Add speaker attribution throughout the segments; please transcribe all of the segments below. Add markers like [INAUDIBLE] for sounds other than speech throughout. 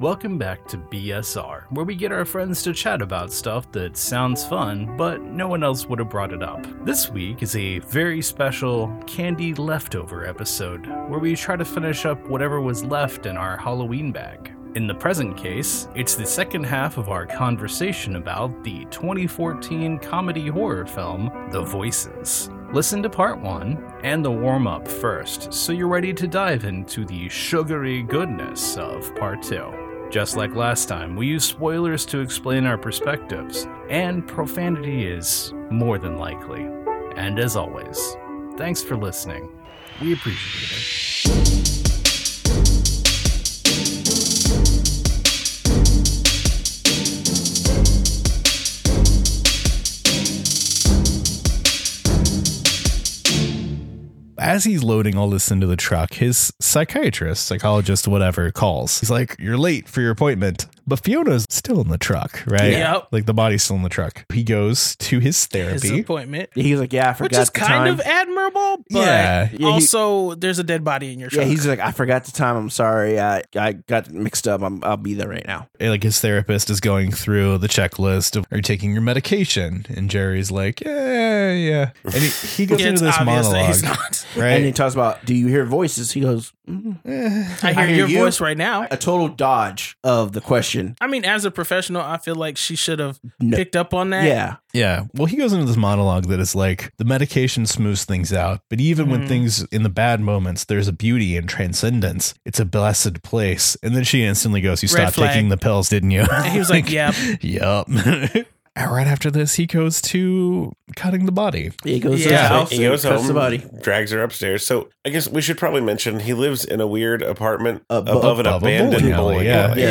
Speaker 1: Welcome back to BSR, where we get our friends to chat about stuff that sounds fun, but no one else would have brought it up. This week is a very special candy leftover episode, where we try to finish up whatever was left in our Halloween bag. In the present case, it's the second half of our conversation about the 2014 comedy horror film, The Voices. Listen to part one and the warm up first, so you're ready to dive into the sugary goodness of part two. Just like last time, we use spoilers to explain our perspectives, and profanity is more than likely. And as always, thanks for listening. We appreciate it.
Speaker 2: as he's loading all this into the truck, his psychiatrist, psychologist, whatever, calls. He's like, You're late for your appointment. But Fiona's still in the truck, right?
Speaker 3: Yep.
Speaker 2: Like the body's still in the truck. He goes to his
Speaker 3: his
Speaker 2: therapy.
Speaker 3: appointment,
Speaker 4: He's like, yeah, I forgot
Speaker 3: which is
Speaker 4: the
Speaker 3: kind
Speaker 4: time.
Speaker 3: of admirable, but
Speaker 2: yeah.
Speaker 4: Yeah, he-
Speaker 3: also there's a dead body in your
Speaker 4: yeah,
Speaker 3: truck.
Speaker 4: he's like, I forgot the time. I'm sorry. I I got mixed up. I'm, I'll be there right now.
Speaker 2: Like his therapist is going through the checklist of are you taking your medication? And Jerry's like, Yeah, yeah. And he, he goes
Speaker 3: Yeah,
Speaker 2: into this
Speaker 3: it's obvious that he's
Speaker 2: monologue.
Speaker 3: not.
Speaker 2: Right.
Speaker 4: And he talks about, do you hear voices? He goes, "Mm."
Speaker 2: Eh.
Speaker 3: I hear,
Speaker 4: hear
Speaker 3: your
Speaker 4: you.
Speaker 3: voice right now.
Speaker 4: a total dodge of the question.
Speaker 3: I mean, as a professional, I feel like she should have
Speaker 4: No.
Speaker 3: picked up on that.
Speaker 4: Yeah.
Speaker 2: Yeah. Well, he goes into this monologue that is like the medication smooths things out, but even when
Speaker 3: Mhm.
Speaker 2: things in the bad moments, there's a beauty and transcendence. It's a blessed place. And then she instantly goes, You
Speaker 3: Red
Speaker 2: stopped
Speaker 3: flag.
Speaker 2: taking the pills, didn't you?
Speaker 3: And he
Speaker 2: [LAUGHS]
Speaker 3: was like, "Yep."
Speaker 2: Yep. And right after this, he goes to cutting the body.
Speaker 4: He goes,
Speaker 3: Yeah,
Speaker 4: yeah,
Speaker 3: I'll
Speaker 4: he goes home. The body.
Speaker 5: drags her upstairs. So I guess we should probably mention he lives in a weird apartment
Speaker 4: Above-
Speaker 5: above an
Speaker 2: above a
Speaker 5: abandoned
Speaker 2: bowling alley,
Speaker 5: bowling alley.
Speaker 2: yeah.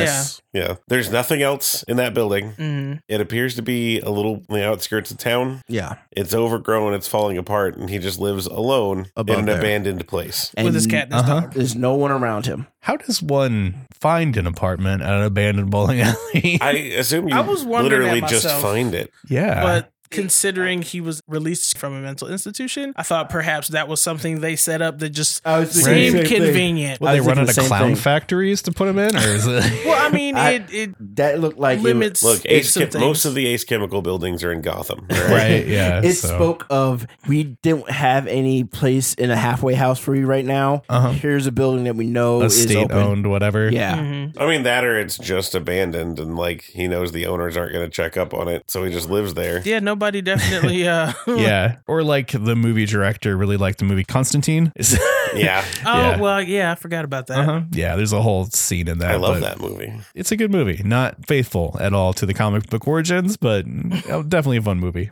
Speaker 5: Yeah.
Speaker 4: Yes.
Speaker 5: there's nothing else in that building.
Speaker 3: Mm.
Speaker 5: It appears to be a little on the outskirts of town.
Speaker 4: Yeah.
Speaker 5: It's overgrown. It's falling apart, and he just lives alone
Speaker 4: Above
Speaker 5: in an
Speaker 4: there.
Speaker 5: abandoned place.
Speaker 4: And
Speaker 3: With his cat and his
Speaker 2: uh-huh.
Speaker 3: dog.
Speaker 4: There's no one around him.
Speaker 2: How does one find an apartment at an abandoned bowling [LAUGHS] alley?
Speaker 5: I assume
Speaker 3: [LAUGHS]
Speaker 5: you
Speaker 3: I was wondering
Speaker 5: literally
Speaker 3: that
Speaker 5: just
Speaker 3: myself.
Speaker 5: find it.
Speaker 2: yeah.
Speaker 3: But considering he was released from a mental institution, I thought perhaps that was something they set up that just
Speaker 4: I was
Speaker 2: thinking the
Speaker 3: seemed
Speaker 2: same
Speaker 3: convenient.
Speaker 2: well,
Speaker 4: I
Speaker 2: they
Speaker 4: was
Speaker 2: run out
Speaker 4: thinking
Speaker 2: of
Speaker 4: the same
Speaker 2: clown
Speaker 4: thing.
Speaker 2: factories to put him in, or is
Speaker 4: [LAUGHS]
Speaker 2: it? [LAUGHS]
Speaker 3: Well, I mean,
Speaker 4: I-
Speaker 3: it, it
Speaker 4: That looked like it-
Speaker 3: limits.
Speaker 5: Look,
Speaker 3: Ace
Speaker 5: Ace Chem- most of the Ace Chemical buildings are in Gotham. all right?
Speaker 2: right. Yeah.
Speaker 4: It
Speaker 2: so-
Speaker 4: spoke of we don't have any place in a halfway house for you right now.
Speaker 2: Uh-huh.
Speaker 4: Here's a building that we know
Speaker 2: a
Speaker 4: is
Speaker 2: state
Speaker 4: open.
Speaker 2: owned, whatever.
Speaker 4: Yeah.
Speaker 3: Mm-hmm.
Speaker 5: I mean, that or it's just abandoned, and like he knows the owners aren't going to check up on it, so he just lives there.
Speaker 3: yeah, nobody definitely. Uh,
Speaker 5: Hmm.
Speaker 2: yeah. Or like the movie director really liked the movie Constantine. [LAUGHS]
Speaker 5: Yeah,
Speaker 3: Oh
Speaker 2: Yeah.
Speaker 3: well, yeah, I forgot about that.
Speaker 2: Uh-huh. Yeah, there's a whole scene in that.
Speaker 5: I
Speaker 2: but
Speaker 5: love that movie.
Speaker 2: It's a good movie. Not faithful at all to the comic book origins, but oh, definitely a fun movie.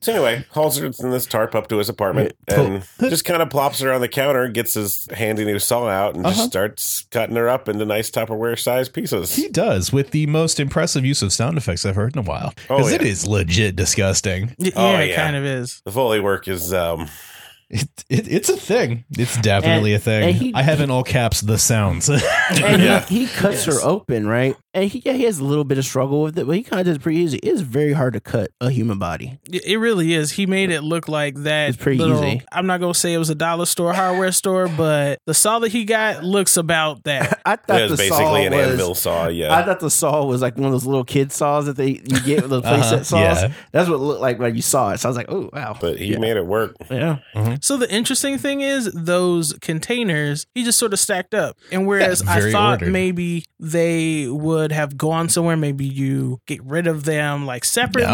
Speaker 5: So anyway, hauls her in this tarp up to his apartment and just kind of plops her on the counter, gets his handy new saw out, and
Speaker 2: Uh-huh.
Speaker 5: just starts cutting her up into nice Tupperware sized pieces.
Speaker 2: He does with the most impressive use of sound effects I've heard in a while.
Speaker 5: Oh,
Speaker 2: Because it
Speaker 5: yeah.
Speaker 2: is legit disgusting.
Speaker 3: Y-
Speaker 5: Oh,
Speaker 3: yeah, it
Speaker 5: yeah.
Speaker 3: kind of is.
Speaker 5: The Foley work is um
Speaker 2: It, it, it's a thing. It's definitely
Speaker 4: And-
Speaker 2: a thing.
Speaker 4: and he-
Speaker 2: I have in all caps the sounds. [LAUGHS]
Speaker 4: And
Speaker 5: Yeah.
Speaker 4: he, he cuts
Speaker 3: Yes.
Speaker 4: her open, right? And he, yeah, he has a little bit of struggle with it, but he kind of does it pretty easy. It's very hard to cut a human body.
Speaker 3: Y- It really is. He made it look like that.
Speaker 4: It's pretty
Speaker 3: little-
Speaker 4: easy.
Speaker 3: I'm not gonna say it was a dollar store, hardware store, but the saw that he got looks about
Speaker 4: [LAUGHS]
Speaker 3: that.
Speaker 4: I thought
Speaker 5: it was
Speaker 4: the saw
Speaker 5: basically an
Speaker 4: was.
Speaker 5: anvil saw,
Speaker 4: I
Speaker 5: yeah.
Speaker 4: thought the saw was like one of those little kid saws that they you get with those playset
Speaker 2: Uh-huh,
Speaker 4: saws.
Speaker 2: yeah.
Speaker 4: That's what it looked like when you saw it. So I was like, oh wow,
Speaker 5: But he
Speaker 4: yeah.
Speaker 5: made it work.
Speaker 4: yeah.
Speaker 3: So the interesting thing is those containers he just sort of stacked up. And whereas I
Speaker 2: very
Speaker 3: thought
Speaker 2: ordered.
Speaker 3: maybe they would have gone somewhere, maybe you get rid of them like separately.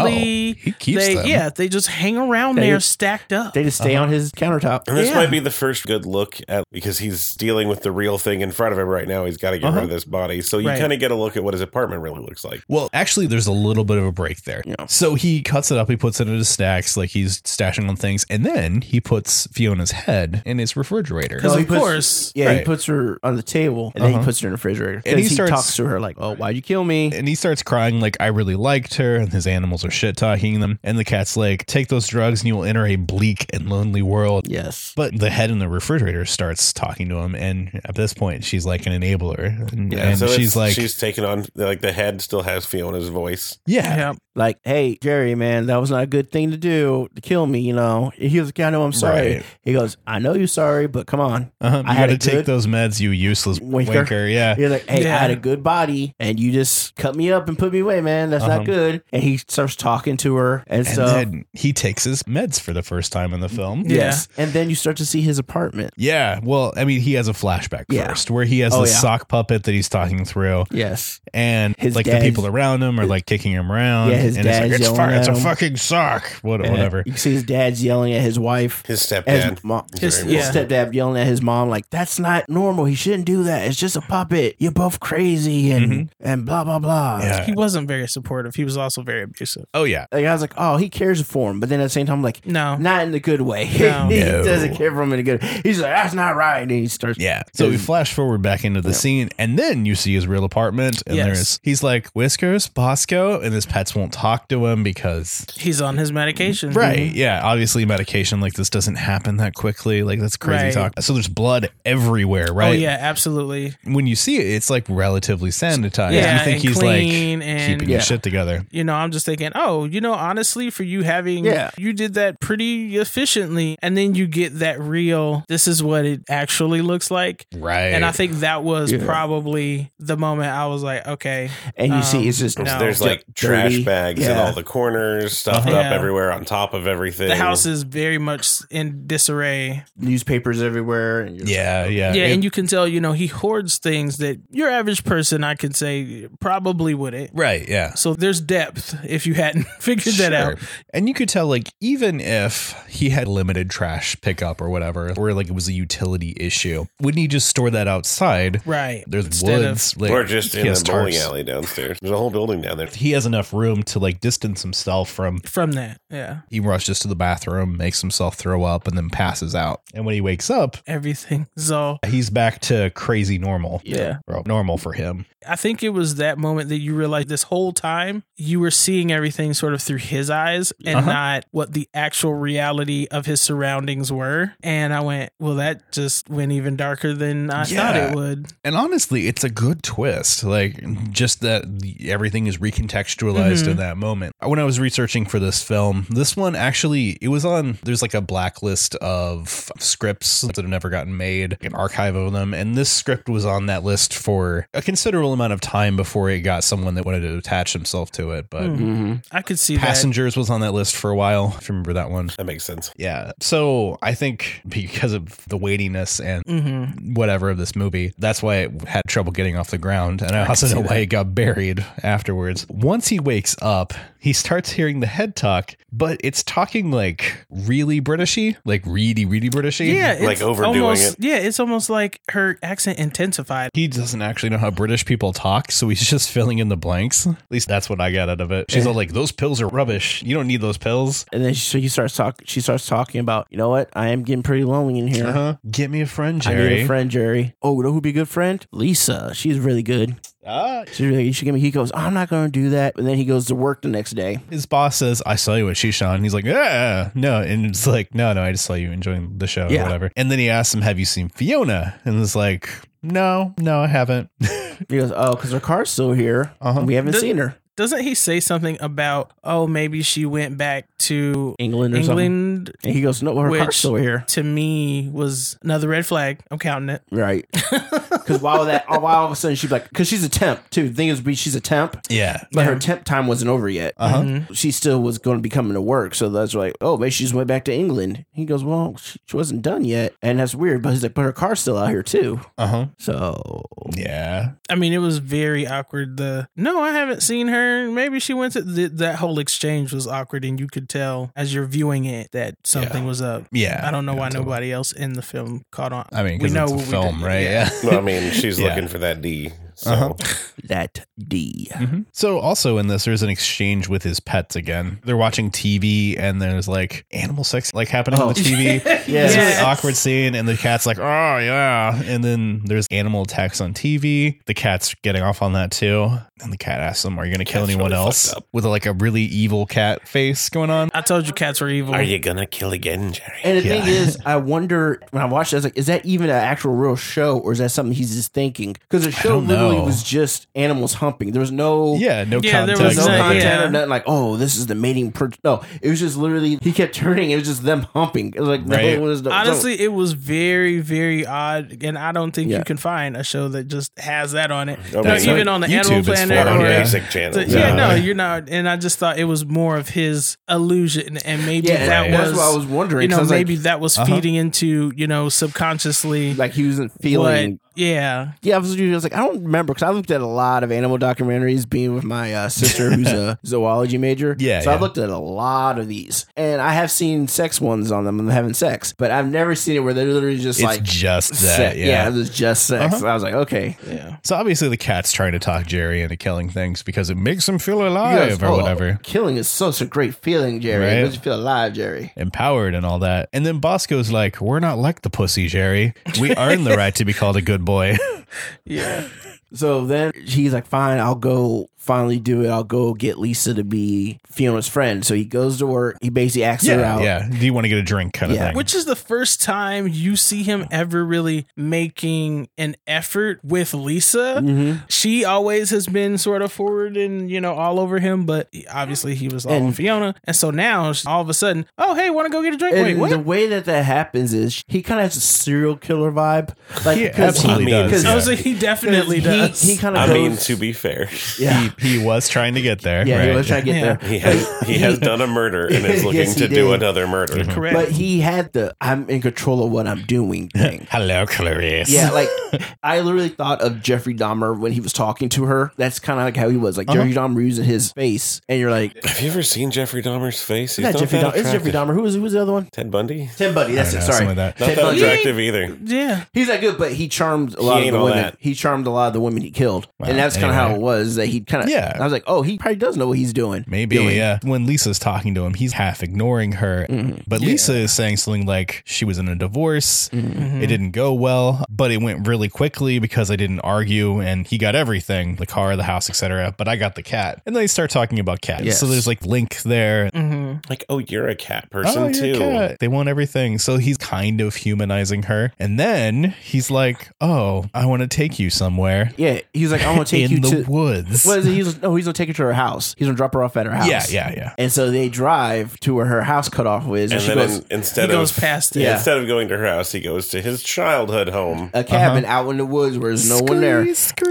Speaker 2: No, he keeps
Speaker 3: they
Speaker 2: them.
Speaker 3: yeah, they just hang around
Speaker 4: They-
Speaker 3: there stacked up.
Speaker 4: They just stay on his countertop.
Speaker 5: And this
Speaker 3: Yeah.
Speaker 5: might be the first good look at because he's dealing with the real thing in front of him right now. He's got to get rid
Speaker 2: Uh-huh.
Speaker 5: of this body. So you
Speaker 3: Right.
Speaker 5: kind of get a look at what his apartment really looks like.
Speaker 2: Well, actually, there's a little bit of a break there.
Speaker 4: Yeah.
Speaker 2: So he cuts it up, he puts it into stacks, like he's stashing on things, and then he puts Fiona's head in his refrigerator.
Speaker 3: Because
Speaker 4: No, he
Speaker 3: of
Speaker 4: puts-
Speaker 3: course
Speaker 4: Yeah, he
Speaker 2: Right.
Speaker 4: puts her on the table and then
Speaker 2: Uh-huh.
Speaker 4: he puts her in the refrigerator.
Speaker 2: And
Speaker 4: And
Speaker 2: he
Speaker 4: he
Speaker 2: starts-
Speaker 4: talks to her like, "Oh Why'd you kill me?
Speaker 2: And he starts crying like I really liked her, and his animals are shit talking them. And the cat's like, take those drugs and you will enter a bleak and lonely world.
Speaker 4: Yes.
Speaker 2: But the head in the refrigerator starts talking to him, and at this point, she's like an enabler, and, and
Speaker 5: so
Speaker 2: she's like,
Speaker 5: she's taking on like the head still has Fiona's voice.
Speaker 2: yeah,
Speaker 3: Yeah.
Speaker 4: Like, hey, Jerry, man, that was not a good thing to do to kill me, you know. He was like, I know I'm sorry.
Speaker 2: Right.
Speaker 4: He goes, I know you're sorry, but come on.
Speaker 2: uh-huh, you
Speaker 4: I had
Speaker 2: got to
Speaker 4: it
Speaker 2: take
Speaker 4: good.
Speaker 2: those meds, you useless
Speaker 4: Winker.
Speaker 2: winker.
Speaker 4: [LAUGHS]
Speaker 2: Yeah,
Speaker 4: You're like, hey,
Speaker 3: Yeah.
Speaker 4: I had a good body, and you just cut me up and put me away, man. That's
Speaker 2: Uh-huh.
Speaker 4: not good. And he starts talking to her and,
Speaker 2: and
Speaker 4: stuff.
Speaker 2: then he takes his meds for the first time in the film.
Speaker 3: Yeah.
Speaker 4: yes. And then you start to see his apartment.
Speaker 2: Yeah, well, I mean, he has a flashback
Speaker 4: Yeah.
Speaker 2: first where he has
Speaker 4: Oh,
Speaker 2: the
Speaker 4: yeah.
Speaker 2: sock puppet that he's talking through,
Speaker 4: Yes.
Speaker 2: and
Speaker 4: His
Speaker 2: like the
Speaker 4: dad's-
Speaker 2: people around him are like kicking him around.
Speaker 4: Yeah, his
Speaker 2: and it's like,
Speaker 4: dad's
Speaker 2: it's, fu-
Speaker 4: yelling at
Speaker 2: it's a
Speaker 4: him."
Speaker 2: fucking sock, what,
Speaker 4: And
Speaker 2: whatever.
Speaker 4: You can see his dad's yelling at his wife.
Speaker 5: His
Speaker 4: As
Speaker 5: stepdad.
Speaker 4: mom,
Speaker 3: His-
Speaker 5: Very
Speaker 3: yeah.
Speaker 5: well.
Speaker 4: stepdad yelling at his mom like that's not normal he shouldn't do that it's just a puppet you're both crazy and and blah blah blah
Speaker 2: Mm-hmm. Yeah.
Speaker 3: He wasn't very supportive. He was also very abusive.
Speaker 2: Oh yeah,
Speaker 4: like i was like oh he cares for him but then at the same time like
Speaker 3: No.
Speaker 4: not in the good way [LAUGHS]
Speaker 3: No.
Speaker 4: he
Speaker 2: No.
Speaker 4: doesn't care for him in a good he's like that's not right and he starts
Speaker 2: yeah. So we flash forward back into the scene, and then you see his real apartment, and
Speaker 3: Yes.
Speaker 2: there's he's like Whiskers Bosco, and his pets won't talk to him
Speaker 4: [LAUGHS]
Speaker 2: because
Speaker 3: He's on his medication.
Speaker 2: Right. Yeah. Obviously, medication like this doesn't happen that quickly. Like, that's crazy
Speaker 3: Right.
Speaker 2: talk. So, there's blood everywhere,
Speaker 3: Oh
Speaker 2: right?
Speaker 3: yeah, absolutely.
Speaker 2: When you see it, it's like relatively sanitized.
Speaker 3: Yeah,
Speaker 2: you think
Speaker 3: and
Speaker 2: he's
Speaker 3: clean
Speaker 2: like
Speaker 3: and-
Speaker 2: keeping
Speaker 4: Yeah.
Speaker 2: his shit together.
Speaker 3: You know, I'm just thinking, oh, you know, honestly, for you having,
Speaker 4: Yeah.
Speaker 3: you did that pretty efficiently, and then you get that real. This is what it actually looks like,
Speaker 2: Right.
Speaker 3: and I think that was
Speaker 4: Yeah.
Speaker 3: probably the moment I was like, okay,
Speaker 4: and you see
Speaker 3: Um,
Speaker 4: it's just
Speaker 3: No.
Speaker 5: There's
Speaker 4: Yeah.
Speaker 5: like trash
Speaker 4: Dirty.
Speaker 5: bags in
Speaker 4: Yeah.
Speaker 5: all the corners, stuffed
Speaker 3: Uh-huh.
Speaker 5: up
Speaker 3: Yeah.
Speaker 5: everywhere on top of everything.
Speaker 3: the house is very much in disarray.
Speaker 4: newspapers everywhere and you're-
Speaker 2: yeah. Yeah.
Speaker 3: Yeah,
Speaker 2: It-
Speaker 3: and you can tell, you know, he hoards things that your average person, I can say, probably wouldn't.
Speaker 2: right. Yeah.
Speaker 3: So there's depth if you hadn't [LAUGHS] figured that out.
Speaker 2: Sure. And you could tell, like, even if he had limited trash pickup or whatever, or like it was a utility issue, wouldn't he just store that outside?
Speaker 3: Right.
Speaker 2: There's
Speaker 3: Instead of-
Speaker 2: woods. like,
Speaker 5: Or just
Speaker 2: he
Speaker 5: in
Speaker 2: has
Speaker 5: the bowling
Speaker 2: tarps.
Speaker 5: alley downstairs. There's a whole building down there.
Speaker 2: He has enough room to like distance himself from
Speaker 3: From that, yeah.
Speaker 2: He rushes to the bathroom, makes himself throw up, and then passes out. And when he wakes up,
Speaker 3: Everything. [LAUGHS] So,
Speaker 2: he's back to crazy normal.
Speaker 3: yeah.
Speaker 2: Or normal for him.
Speaker 3: I think it was that moment that you realized this whole time you were seeing everything sort of through his eyes and
Speaker 2: Uh-huh.
Speaker 3: not what the actual reality of his surroundings were. And I went, well, that just went even darker than I thought
Speaker 2: Yeah.
Speaker 3: it would.
Speaker 2: And honestly, it's a good twist. Like just that the- everything is recontextualized in that moment. When I was researching for this film, this one actually it was on there's like a blacklist of scripts that have never gotten made, an archive of them, and this script was on that list for a considerable amount of time before it got someone that wanted to attach himself to it, but
Speaker 3: Mhm.
Speaker 4: Mhm.
Speaker 3: I could see
Speaker 2: Passengers was on that list for a while. If you remember that one.
Speaker 5: That makes sense.
Speaker 2: Yeah. So I think because of the weightiness and
Speaker 3: that. Mm-hmm.
Speaker 2: whatever of this movie, that's why it had trouble getting off the ground. And I, also know why it got buried afterwards. Once he wakes up, he starts hearing the head talk, but it's talking like really Britishy, like really, really Britishy.
Speaker 3: Yeah,
Speaker 5: Like overdoing
Speaker 3: almost,
Speaker 5: it.
Speaker 3: Yeah, it's almost like her accent intensified.
Speaker 2: He doesn't actually know how British people talk, so he's just [LAUGHS] filling in the blanks. At least that's what I got out of it. She's all like, "Those pills are rubbish. You don't need those pills."
Speaker 4: and then she, so he starts talk she starts talking about you know what i am getting pretty lonely in here
Speaker 2: Uh-huh. Get me a friend,
Speaker 4: I
Speaker 2: Jerry.
Speaker 4: need a friend, Jerry. Oh, you know who'd be a good friend? Lisa. She's really good.
Speaker 2: Ah.
Speaker 4: She's really. She give me. He goes. I'm not going to do that. And then he goes to work the next day.
Speaker 2: His boss says, I saw you at Shishan. He's like, yeah, no. And it's like, no, no, I just saw you enjoying the show
Speaker 4: Yeah.
Speaker 2: or whatever. And then he asks him, have you seen Fiona? And it's like, no, no, I haven't. [LAUGHS]
Speaker 4: He goes. Oh, because her car's still here.
Speaker 2: Uh-huh.
Speaker 4: And we haven't
Speaker 3: Does-
Speaker 4: seen her.
Speaker 3: Doesn't he say something about, oh, maybe she went back to
Speaker 4: England or something.
Speaker 3: England?
Speaker 4: And he goes. No, her
Speaker 3: Which-
Speaker 4: car's still here.
Speaker 3: To me, was another red flag. I'm counting it.
Speaker 2: [LAUGHS]
Speaker 4: Right. Because why would that? Why all of a sudden she'd be like? Because she's a temp too. The thing is, be she's a temp,
Speaker 2: yeah.
Speaker 4: but her temp time wasn't over yet.
Speaker 2: Uh huh.
Speaker 3: Mhm.
Speaker 4: She still was going to be coming to work, so that's like, oh, maybe she just went back to England. He goes, well, she she wasn't done yet, and that's weird. But he's like, but her car's still out here too.
Speaker 2: Uh huh.
Speaker 4: So
Speaker 2: Yeah.
Speaker 3: I mean, it was very awkward. The no, I haven't seen her. Maybe she went to th- that whole exchange was awkward, and you could tell as you're viewing it that something was up.
Speaker 2: Yeah.
Speaker 3: I don't know
Speaker 2: Yeah,
Speaker 3: why
Speaker 2: totally.
Speaker 3: nobody else in the film caught on.
Speaker 2: [LAUGHS] I mean,
Speaker 3: We
Speaker 2: because
Speaker 3: know
Speaker 2: it's a
Speaker 3: what we
Speaker 2: film,
Speaker 3: did.
Speaker 2: right? [LAUGHS]
Speaker 3: Yeah.
Speaker 2: Yeah.
Speaker 5: Well, I mean, she's
Speaker 2: Yeah.
Speaker 5: looking for that D. So
Speaker 2: Uh-huh.
Speaker 4: that D.
Speaker 2: Mm-hmm. So also in this, there's an exchange with his pets again. They're watching TV and there's like animal sex like happening
Speaker 4: Oh.
Speaker 2: on the
Speaker 3: [LAUGHS]
Speaker 4: [LAUGHS]
Speaker 2: TV. It's a really
Speaker 3: Yes.
Speaker 2: awkward scene, and the cat's like, "Oh yeah," and then there's animal attacks on TV. The cat's getting off on that too, and the cat asks him, "Are you going to kill
Speaker 5: Cat's
Speaker 2: anyone
Speaker 5: really
Speaker 2: else?"
Speaker 5: fucked up.
Speaker 2: With like a really evil cat face going on.
Speaker 3: I told you cats were evil.
Speaker 5: Are you gonna kill again, Jerry?
Speaker 4: And the
Speaker 2: Yeah.
Speaker 4: thing is, I wonder when I watched that, I was like, is that even an actual real show or is that something he's just thinking? Because the show
Speaker 2: don't
Speaker 4: literally
Speaker 2: know.
Speaker 4: was just animals humping. There was no.
Speaker 2: Yeah, no
Speaker 3: Yeah, there
Speaker 2: context.
Speaker 4: There was
Speaker 3: Text.
Speaker 4: no
Speaker 3: Yeah.
Speaker 4: content
Speaker 3: Yeah.
Speaker 4: or nothing like, oh, this is the mating. Per-. No, it was just literally he kept turning. It was just them humping. It was like no,
Speaker 2: Right.
Speaker 4: it was no,
Speaker 3: Honestly, it was very, very odd, and I don't think
Speaker 4: Yeah.
Speaker 3: you can find a show that just has that on it.
Speaker 5: Oh,
Speaker 3: Now,
Speaker 5: that's
Speaker 3: even
Speaker 2: what
Speaker 3: on the
Speaker 2: YouTube
Speaker 3: Animal
Speaker 2: is
Speaker 3: Planet,
Speaker 5: Or on
Speaker 2: for,
Speaker 3: or
Speaker 2: yeah.
Speaker 5: basic channels.
Speaker 3: the- yeah,
Speaker 2: Yeah.
Speaker 3: no, you're not. And I just thought it was more of his illusion, and maybe
Speaker 4: yeah,
Speaker 3: that
Speaker 4: that's
Speaker 3: was,
Speaker 4: what I was wondering.
Speaker 3: you
Speaker 4: 'cause I
Speaker 3: know,
Speaker 4: was
Speaker 3: maybe
Speaker 4: like,
Speaker 3: that was
Speaker 2: uh-huh.
Speaker 3: feeding into you know subconsciously
Speaker 4: like he wasn't
Speaker 3: what.
Speaker 4: feeling.
Speaker 3: Yeah,
Speaker 4: Yeah, I was, I was like, I don't remember because I looked at a lot of animal documentaries being with my uh, sister who's
Speaker 3: [LAUGHS]
Speaker 4: a zoology major.
Speaker 2: Yeah,
Speaker 4: So I've
Speaker 2: yeah.
Speaker 4: looked at a lot of these and I have seen sex ones on them and they're having sex, but I've never seen it where they're literally just
Speaker 2: It's
Speaker 4: like
Speaker 2: just that,
Speaker 4: sex.
Speaker 2: yeah. Uh-huh.
Speaker 4: it was just sex. I was like, okay.
Speaker 3: yeah.
Speaker 2: So obviously the cat's trying to talk Jerry into killing things because it makes him feel alive
Speaker 4: Yes,
Speaker 2: or
Speaker 4: oh,
Speaker 2: whatever.
Speaker 4: Killing is such a great feeling, Jerry.
Speaker 2: Right?
Speaker 4: It makes you feel alive, Jerry.
Speaker 2: Empowered and all that. And then Bosco's like, We're not like the pussy, Jerry. We earn the right to be called a good boy. [LAUGHS]
Speaker 3: Yeah,
Speaker 4: So then he's like, fine, I'll go finally do it. I'll go get Lisa to be Fiona's friend. So he goes to work. He basically acts her out.
Speaker 2: Yeah. Do you want to get a drink kind
Speaker 4: Yeah.
Speaker 2: of thing?
Speaker 3: which is the first time you see him ever really making an effort with Lisa.
Speaker 4: hmm
Speaker 3: she always has been sort of forward and you know all over him, but obviously he was all
Speaker 4: And-
Speaker 3: on Fiona, and so now all of a sudden, oh hey, want to go get a drink? Wait,
Speaker 4: and
Speaker 3: what?
Speaker 4: the way that that happens is he kind of has a serial killer vibe. Like,
Speaker 2: He
Speaker 4: 'cause
Speaker 2: absolutely does,
Speaker 4: because-
Speaker 3: I
Speaker 2: yeah.
Speaker 3: was like, he definitely
Speaker 4: he,
Speaker 3: does.
Speaker 4: He kind of
Speaker 5: I
Speaker 4: goes,
Speaker 5: mean, to be fair,
Speaker 4: yeah,
Speaker 2: he, he was trying to get there.
Speaker 4: yeah,
Speaker 2: right?
Speaker 4: he was trying to get
Speaker 3: Yeah.
Speaker 4: there.
Speaker 5: he has
Speaker 4: [LAUGHS]
Speaker 5: he has done a murder and is looking
Speaker 4: Yes, he
Speaker 5: to do
Speaker 4: did.
Speaker 5: another murder.
Speaker 3: Correct.
Speaker 4: But he had the I'm in control of what I'm doing thing.
Speaker 2: Hello, Clarice.
Speaker 4: Yeah, like
Speaker 2: [LAUGHS]
Speaker 4: I literally thought of Jeffrey Dahmer when he was talking to her. That's kind of like how he was. Like Jeffrey
Speaker 2: Uh-huh.
Speaker 4: Dahmer using his face, and you're like,
Speaker 5: Have you ever seen Jeffrey Dahmer's face? He's
Speaker 4: not Jeffrey
Speaker 5: that
Speaker 4: Dahmer. It's Jeffrey
Speaker 5: attractive.
Speaker 4: Dahmer. Who was who was the other one?
Speaker 5: Ted Bundy.
Speaker 4: Tim Buddy. That's
Speaker 2: I don't
Speaker 4: it.
Speaker 2: know,
Speaker 4: sorry,
Speaker 2: something like that.
Speaker 5: Not
Speaker 4: Ted
Speaker 5: that
Speaker 4: Bundy.
Speaker 5: attractive either.
Speaker 3: yeah,
Speaker 4: He's not good, but he charmed a lot
Speaker 5: He
Speaker 4: of
Speaker 5: ain't
Speaker 4: the
Speaker 5: all
Speaker 4: women.
Speaker 5: that.
Speaker 4: He charmed a lot of the women he killed,
Speaker 2: Wow.
Speaker 4: and that's kind of how
Speaker 2: Anyway.
Speaker 4: it was. That he kind of.
Speaker 2: Yeah.
Speaker 4: I was like, oh, he probably does know what he's doing.
Speaker 2: Maybe,
Speaker 4: doing.
Speaker 2: yeah. Mm-hmm. When Lisa's talking to him, he's half ignoring her. But Lisa is saying something like she was in a divorce. It didn't go well, but it went really quickly because I didn't argue and he got everything, the car, the house, etc. But I got the cat. And they start talking about cats.
Speaker 4: Yes.
Speaker 2: So there's like link there.
Speaker 3: hmm
Speaker 5: Like, oh, you're a cat person
Speaker 2: Mm-hmm. Oh, you're a
Speaker 5: too.
Speaker 2: cat. They want everything. So he's kind of humanizing her. And then he's like, "Oh, I want to take you somewhere
Speaker 4: yeah. He was like,
Speaker 2: [LAUGHS]
Speaker 4: I want to take
Speaker 2: in
Speaker 4: you
Speaker 2: the
Speaker 4: to.
Speaker 2: woods."
Speaker 4: [LAUGHS] What is it? He was, no, he's gonna take her to her house. He's gonna drop her off at her house.
Speaker 2: Yeah, yeah, yeah.
Speaker 4: And so they drive to where her house cut off was, and,
Speaker 5: And
Speaker 4: she
Speaker 5: then
Speaker 4: goes
Speaker 5: in, instead
Speaker 3: he goes
Speaker 5: of
Speaker 3: past it.
Speaker 4: Yeah.
Speaker 5: instead of going to her house, he goes to his childhood home.
Speaker 4: a cabin out in the woods where there's no one there.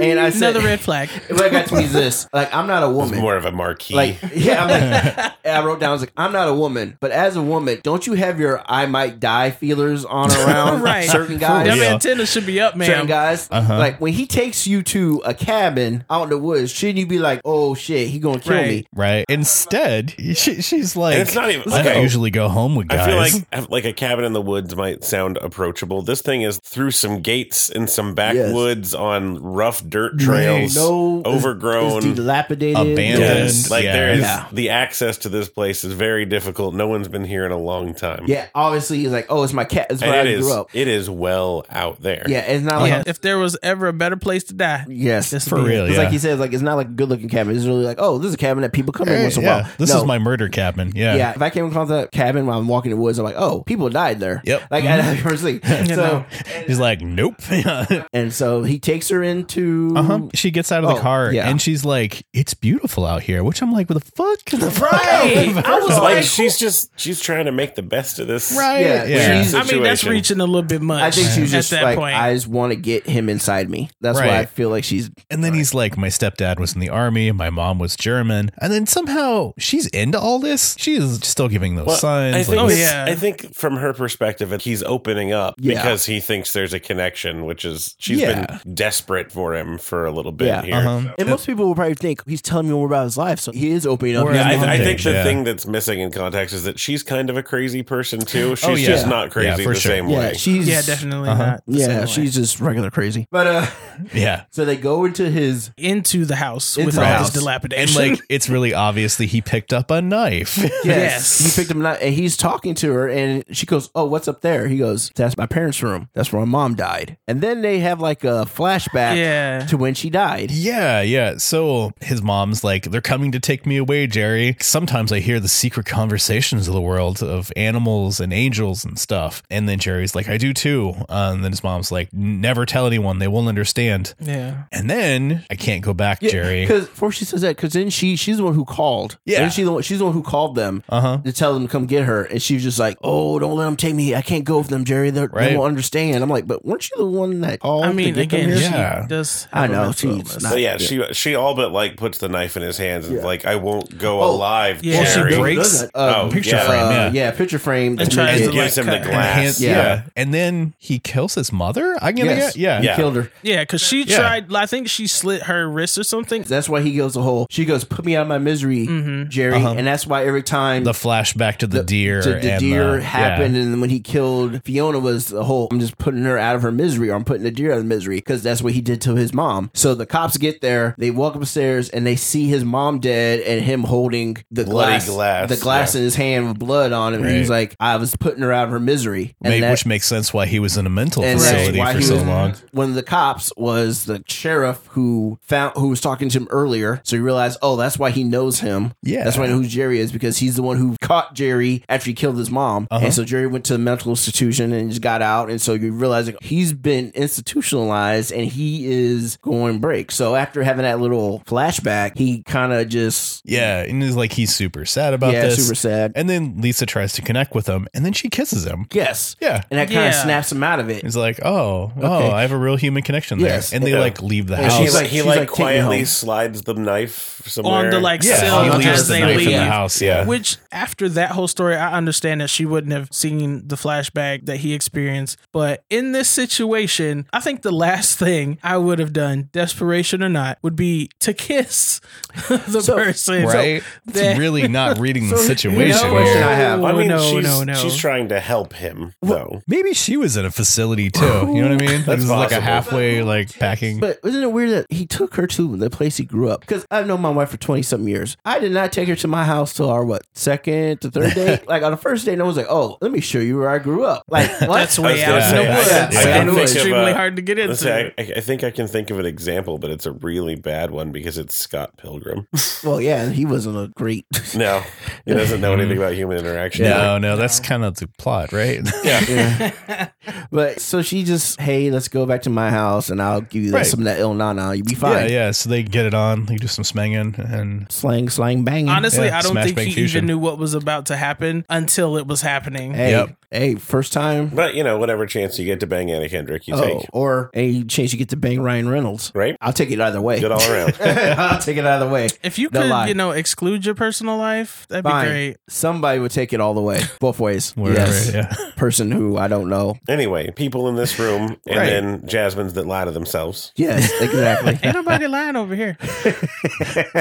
Speaker 4: And I said,
Speaker 3: Another
Speaker 4: [LAUGHS]
Speaker 3: red flag.
Speaker 4: what got to me is this: like, I'm not a
Speaker 5: It's
Speaker 4: woman.
Speaker 5: more of a
Speaker 4: [LAUGHS]
Speaker 5: marquee.
Speaker 4: like, yeah, I'm like, and I wrote down, I was like, I'm not a woman, but as a woman, don't you have your "I might die" feelers on around
Speaker 3: Right.
Speaker 4: certain
Speaker 2: For
Speaker 4: guys?
Speaker 3: Them
Speaker 2: real. Yeah.
Speaker 3: antennas should be up,
Speaker 4: certain
Speaker 3: man.
Speaker 4: guys.
Speaker 2: Uh-huh.
Speaker 4: Like when he takes you to a cabin out in the woods, shouldn't you be like, "Oh shit, he gonna kill
Speaker 3: Right.
Speaker 4: me"?
Speaker 2: Right. Instead, she, she's like,
Speaker 5: And it's not even-
Speaker 2: I
Speaker 5: okay.
Speaker 2: don't usually go home with guys.
Speaker 5: I feel like like a cabin in the woods might sound approachable. This thing is through some gates in some backwoods on rough dirt trails,
Speaker 4: no, it's-
Speaker 5: overgrown.
Speaker 4: it's dilapidated,
Speaker 2: Abandoned.
Speaker 5: Yes,
Speaker 2: And-
Speaker 5: like
Speaker 2: yeah.
Speaker 5: there is
Speaker 4: Yeah.
Speaker 5: the access to this place is very difficult. No one's been here in a long time.
Speaker 4: Yeah, obviously he's like, "Oh, it's my cat." It's
Speaker 5: and
Speaker 4: where I
Speaker 5: it is
Speaker 4: grew up.
Speaker 5: it is well out there.
Speaker 4: Yeah, it's not
Speaker 3: Yeah,
Speaker 4: like
Speaker 3: if there was ever a better place to die,
Speaker 4: yes,
Speaker 3: this
Speaker 2: For
Speaker 3: would be it.
Speaker 2: real,
Speaker 4: It's
Speaker 2: yeah.
Speaker 4: like he says, like it's not like a good looking cabin. It's really like, oh, this is a cabin that people come in once in a
Speaker 2: yeah,
Speaker 4: while.
Speaker 2: this
Speaker 4: No.
Speaker 2: is my murder cabin. Yeah.
Speaker 4: Yeah, if I came across that cabin while I'm walking in the woods, I'm like, oh, people died there.
Speaker 2: Yep.
Speaker 4: Like I [LAUGHS] I was like,
Speaker 3: You
Speaker 4: so
Speaker 3: know.
Speaker 2: He's like, nope. [LAUGHS] uh
Speaker 4: and so he takes her into
Speaker 2: huh. She gets out of the
Speaker 4: Oh,
Speaker 2: car
Speaker 4: yeah.
Speaker 2: and she's like, it's beautiful out here, which I'm like, what the fuck? The [LAUGHS] fuck?
Speaker 4: Right. I was
Speaker 5: It's like
Speaker 4: like,
Speaker 5: she's just she's trying to make the best of this.
Speaker 2: Right.
Speaker 4: Yeah,
Speaker 2: yeah.
Speaker 4: she's-
Speaker 3: I mean that's
Speaker 5: Situation.
Speaker 3: reaching a little bit much.
Speaker 4: I think she was
Speaker 3: at
Speaker 4: just
Speaker 3: that
Speaker 4: like,
Speaker 3: point.
Speaker 4: I just want to get him inside me. That's why I
Speaker 2: Right.
Speaker 4: feel like she's
Speaker 2: And then he's like, my stepdad was in the army, my mom was German. And then somehow she's into all this. She is still giving those
Speaker 5: Well,
Speaker 2: signs.
Speaker 5: I think,
Speaker 2: like,
Speaker 3: Oh,
Speaker 5: it's-
Speaker 3: yeah.
Speaker 5: I think from her perspective, he's opening up
Speaker 4: Yeah.
Speaker 5: because he thinks there's a connection, which is she's
Speaker 2: Yeah.
Speaker 5: been desperate for him for a little bit
Speaker 4: Yeah.
Speaker 5: here.
Speaker 2: uh-huh.
Speaker 4: and most people will probably think he's telling me more about his life, so he is opening up.
Speaker 2: Or
Speaker 4: his
Speaker 5: Yeah, I,
Speaker 2: That's
Speaker 5: I
Speaker 4: mind.
Speaker 2: one
Speaker 5: think
Speaker 2: thing,
Speaker 5: the
Speaker 2: yeah.
Speaker 5: thing that's missing in context is that she's kind of a crazy person too. She's
Speaker 2: Oh, yeah.
Speaker 5: just not
Speaker 2: Yeah,
Speaker 5: crazy
Speaker 2: for
Speaker 5: the
Speaker 2: sure.
Speaker 5: same
Speaker 4: yeah,
Speaker 5: way.
Speaker 4: she's
Speaker 3: yeah, definitely
Speaker 2: Uh-huh.
Speaker 3: not. the
Speaker 4: Yeah,
Speaker 3: same way.
Speaker 4: she's just regular crazy. But uh [LAUGHS]
Speaker 2: Yeah. Yeah.
Speaker 4: So they go into his
Speaker 3: into the house
Speaker 4: Into
Speaker 3: with
Speaker 4: the
Speaker 3: all
Speaker 4: house.
Speaker 3: this
Speaker 2: And
Speaker 3: dilapidation.
Speaker 2: like it's really obviously he picked up a
Speaker 4: [LAUGHS]
Speaker 2: knife.
Speaker 3: [LAUGHS]
Speaker 4: Yes.
Speaker 3: Yes.
Speaker 4: He picked him up and he's talking to her and she goes, Oh, what's up there? He goes, That's my parents' room. That's where my mom died. And then they have like a flashback
Speaker 3: yeah.
Speaker 4: to when she died.
Speaker 2: Yeah, yeah. So his mom's like, they're coming to take me away, Jerry. Sometimes I hear the secret conversations of the world of animals and angels and stuff. And then Jerry's like, I do too. Uh, and then his mom's like, never tell anyone, they won't understand.
Speaker 3: Yeah.
Speaker 2: And then I can't go back,
Speaker 4: [LAUGHS]
Speaker 2: Jerry.
Speaker 4: Because before she says that, because then she she's the one who called.
Speaker 2: Yeah.
Speaker 4: Then she the one, she's the one who called them
Speaker 2: Uh huh.
Speaker 4: to tell them to come get her, and she was just like, "Oh, don't let them take me. I can't go with them, Jerry. They're,
Speaker 2: Right.
Speaker 4: They won't understand." I'm like, "But weren't you the one that called?"
Speaker 3: I
Speaker 4: to
Speaker 3: mean,
Speaker 4: get them
Speaker 3: again,
Speaker 4: here?"
Speaker 3: she
Speaker 2: Yeah.
Speaker 3: does.
Speaker 4: I
Speaker 3: have a
Speaker 4: know,
Speaker 3: mental
Speaker 4: she's
Speaker 3: illness.
Speaker 4: not-
Speaker 5: So Oh, yeah, she she all but like puts the knife in his hands and
Speaker 4: Yeah.
Speaker 5: like I won't go
Speaker 4: Oh,
Speaker 5: alive,
Speaker 3: yeah. Well, she
Speaker 5: Jerry.
Speaker 2: She
Speaker 4: Does
Speaker 2: breaks
Speaker 4: that, uh,
Speaker 5: Oh,
Speaker 2: picture
Speaker 5: yeah.
Speaker 2: frame.
Speaker 4: uh,
Speaker 2: Yeah.
Speaker 4: yeah, picture frame.
Speaker 3: And
Speaker 4: to
Speaker 3: tries
Speaker 4: make
Speaker 5: and
Speaker 3: to
Speaker 4: it-
Speaker 5: gives
Speaker 3: like,
Speaker 5: him the
Speaker 3: cut-
Speaker 5: glass.
Speaker 2: yeah.
Speaker 4: Yeah.
Speaker 2: And then he kills his mother. I'm gonna
Speaker 4: Yes.
Speaker 2: get yeah.
Speaker 4: he
Speaker 5: Yeah.
Speaker 4: killed her.
Speaker 3: Yeah, because she
Speaker 2: Yeah.
Speaker 3: tried. I think she slit her wrist or something.
Speaker 4: That's why he goes the whole. She goes, "Put me out of my misery, Jerry," and that's why every time
Speaker 2: Uh-huh. The flashback to the, deer.
Speaker 4: to the
Speaker 2: and uh,
Speaker 4: deer
Speaker 2: yeah.
Speaker 4: happened, and then when he killed Fiona, was the whole I'm just putting her out of her misery, or I'm putting the deer out of misery, because that's what he did to his mom. So the cops get there, they walk upstairs, and they see his mom dead, and him holding the
Speaker 5: Bloody
Speaker 4: glass,
Speaker 5: glass,
Speaker 4: the glass
Speaker 5: yeah.
Speaker 4: in his hand with blood on him. And he's like, I was putting her out of her misery, and
Speaker 2: May-
Speaker 4: that-
Speaker 2: which makes sense why he was in a mental
Speaker 4: and that's
Speaker 2: facility
Speaker 4: why
Speaker 2: for
Speaker 4: he
Speaker 2: so
Speaker 4: was-
Speaker 2: long.
Speaker 4: One of the cops was the sheriff who found who was talking to him earlier. So he realized, oh, that's why he knows him.
Speaker 2: Yeah.
Speaker 4: that's why he knows who Jerry is because he's the one who caught Jerry after he killed his mom.
Speaker 2: Uh-huh.
Speaker 4: And so Jerry went to the mental institution and just got out. And so you realize like, he's been institutionalized and he is going break. So after having that little flashback, he kind of just
Speaker 2: Yeah, and it's like he's super sad about
Speaker 4: yeah,
Speaker 2: this.
Speaker 4: super sad.
Speaker 2: And then Lisa tries to connect with him, and then she kisses him.
Speaker 4: yes,
Speaker 2: Yeah,
Speaker 4: and that kind of
Speaker 3: Yeah.
Speaker 4: snaps him out of it.
Speaker 2: he's like, "Oh, oh,
Speaker 4: Okay.
Speaker 2: I have a real human connection
Speaker 4: Yes.
Speaker 2: there." And they
Speaker 5: Yeah.
Speaker 2: like leave the
Speaker 4: Yeah,
Speaker 2: house.
Speaker 5: He
Speaker 4: She's
Speaker 5: like,
Speaker 4: like-
Speaker 5: he
Speaker 4: she's
Speaker 5: like,
Speaker 4: like, "Take me
Speaker 5: quietly
Speaker 4: home."
Speaker 5: slides the knife somewhere
Speaker 3: On the like
Speaker 2: yeah,
Speaker 3: sill
Speaker 2: he leaves
Speaker 3: as
Speaker 2: the
Speaker 3: they
Speaker 2: knife
Speaker 3: leave.
Speaker 2: in the house. Yeah,
Speaker 3: Which after that whole story, I understand that she wouldn't have seen the flashback that he experienced. But in this situation, I think the last [LAUGHS] thing I would have done, desperation or not, would be to kiss [LAUGHS] the
Speaker 4: So-
Speaker 3: person.
Speaker 2: right?
Speaker 3: that-
Speaker 2: it's really
Speaker 4: [LAUGHS]
Speaker 2: not reading the
Speaker 4: So,
Speaker 2: situation.
Speaker 4: another
Speaker 2: here.
Speaker 4: question I have.
Speaker 5: I mean,
Speaker 3: no,
Speaker 5: she's,
Speaker 3: no, no.
Speaker 5: she's trying to help him though.
Speaker 2: Maybe she was in a facility too. You know what I mean? this is like a
Speaker 5: possible.
Speaker 2: halfway like packing.
Speaker 4: But isn't it weird that he took her to the place he grew up? Because I've known my wife for 20 something years. I did not take her to my house till our, what, second to
Speaker 2: [LAUGHS]
Speaker 4: third date? like on the first date, no one's like, oh, let me show you where I grew up. Like, what?
Speaker 3: That's way
Speaker 5: I was
Speaker 3: out
Speaker 5: gonna
Speaker 3: in
Speaker 5: say,
Speaker 3: the
Speaker 5: I-
Speaker 3: woods.
Speaker 4: I didn't
Speaker 3: and
Speaker 4: think
Speaker 3: it's
Speaker 5: of,
Speaker 3: extremely
Speaker 5: uh,
Speaker 3: hard to get
Speaker 5: Let's say
Speaker 3: into.
Speaker 5: I, I think I can think of an example, but it's a really bad one because it's
Speaker 3: [LAUGHS]
Speaker 5: Scott Pilgrim.
Speaker 4: well, yeah, and he wasn't a great. [LAUGHS]
Speaker 5: no, he doesn't know anything
Speaker 3: Mm.
Speaker 5: about human interaction.
Speaker 2: no, no, that's kind of the plot, right? [LAUGHS] Yeah,
Speaker 4: Yeah. But so she just, hey, let's go back to my house and I'll give you that-
Speaker 2: Right.
Speaker 4: some of that Il Nana. You'll be
Speaker 2: yeah,
Speaker 4: fine.
Speaker 2: yeah. So they get it on. They do some smanging, and
Speaker 4: Slang, slang, banging.
Speaker 3: Honestly,
Speaker 2: Yeah,
Speaker 3: I don't
Speaker 2: Smash
Speaker 3: think
Speaker 2: Bang
Speaker 3: he
Speaker 2: Fusion.
Speaker 3: even knew what was about to happen until it was happening.
Speaker 4: Hey,
Speaker 2: Yep.
Speaker 4: hey, first time.
Speaker 5: But you know, whatever chance you get to bang Anna Kendrick, you
Speaker 4: Oh,
Speaker 5: take
Speaker 4: or any chance you get to bang Ryan Reynolds.
Speaker 5: right.
Speaker 4: I'll take it either way.
Speaker 5: Good all
Speaker 3: [LAUGHS]
Speaker 5: around.
Speaker 4: [LAUGHS] I'll take it either way.
Speaker 3: If you
Speaker 4: No
Speaker 3: could,
Speaker 4: lie.
Speaker 3: you know, exclude your personal life, that'd
Speaker 4: Fine.
Speaker 3: be great.
Speaker 4: Somebody would take it all the way,
Speaker 3: [LAUGHS]
Speaker 4: both ways.
Speaker 2: whatever.
Speaker 4: Yes.
Speaker 2: Yeah.
Speaker 4: Person who I don't know.
Speaker 5: anyway, people in this room, and
Speaker 4: Right.
Speaker 5: then Jasmines that lie to themselves.
Speaker 4: Yes, exactly.
Speaker 3: [LAUGHS] Ain't nobody lying over here.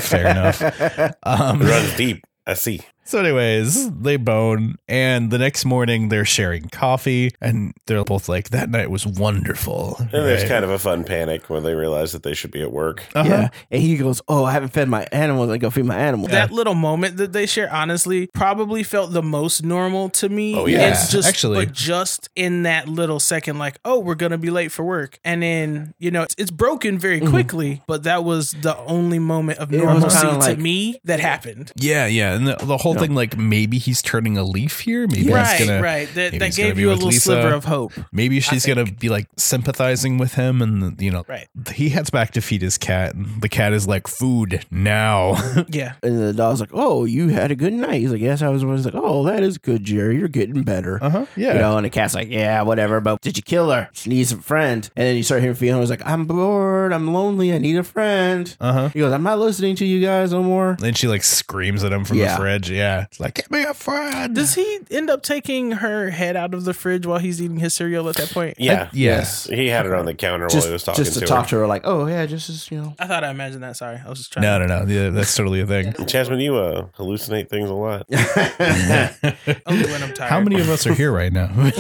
Speaker 2: Fair enough.
Speaker 4: [LAUGHS]
Speaker 5: It
Speaker 2: Um,
Speaker 3: [LAUGHS]
Speaker 5: runs deep. I see.
Speaker 2: so, anyways, they bone, and the next morning they're sharing coffee, and they're both like, "That night was wonderful."
Speaker 5: And there's kind of a fun panic when they realize that they should be at work.
Speaker 3: Uh, Uh-huh.
Speaker 2: of
Speaker 4: Yeah. And he goes, Oh, I haven't fed my animals. I go feed my animals.
Speaker 3: that little moment that they share honestly probably felt the most normal to me
Speaker 5: Oh, yeah.
Speaker 3: it's just
Speaker 2: Actually.
Speaker 3: but just in that little second like oh we're gonna be late for work and then you know it's, it's broken very
Speaker 2: Mm-hmm.
Speaker 3: quickly but that was the only moment of
Speaker 4: It was
Speaker 3: normalcy to
Speaker 4: kinda like-
Speaker 3: me that happened
Speaker 2: Yeah, yeah, and the, the whole thing like maybe he's turning a leaf here. Maybe he's
Speaker 3: right
Speaker 2: gonna,
Speaker 3: right that,
Speaker 2: maybe
Speaker 3: that
Speaker 2: he's gonna
Speaker 3: gave
Speaker 2: be
Speaker 3: you a
Speaker 2: with
Speaker 3: little
Speaker 2: Lisa.
Speaker 3: sliver
Speaker 2: [LAUGHS]
Speaker 3: of hope
Speaker 2: Maybe she's gonna be like sympathizing with him, and you know,
Speaker 3: right
Speaker 2: he heads back to feed his cat, and the cat is like, "Food
Speaker 3: [LAUGHS]
Speaker 2: now."
Speaker 3: yeah
Speaker 4: And the dog's like, Oh, you had a good night. He's like, Yes, I was. I was like, Oh, that is good, Jerry. You're getting better.
Speaker 5: Uh-huh.
Speaker 2: huh. Yeah.
Speaker 4: You know, and the cat's like, yeah, whatever, but did you kill her? She needs a friend. And then you start hearing Fiona's like, I'm bored, I'm lonely, I need a friend.
Speaker 5: Uh-huh.
Speaker 2: Uh huh.
Speaker 4: He goes, I'm not listening to you guys no more.
Speaker 2: Then she like screams at him from
Speaker 4: Yeah.
Speaker 2: the fridge. Yeah, it's like, "Get me a friend."
Speaker 3: does he end up taking her head out of the fridge while he's eating his cereal at that point
Speaker 5: Yeah.
Speaker 2: yes.
Speaker 5: He had it on the counter while
Speaker 4: Just,
Speaker 5: he was talking
Speaker 4: just to,
Speaker 5: to,
Speaker 4: talk
Speaker 5: her.
Speaker 4: to her, like, oh, yeah, just, as you know.
Speaker 3: i thought i imagined that sorry i was just trying
Speaker 2: No, no, no. Yeah, that's totally a thing.
Speaker 5: Jasmine, you uh, hallucinate things a lot.
Speaker 3: only when i'm tired
Speaker 2: How many of us are here right now?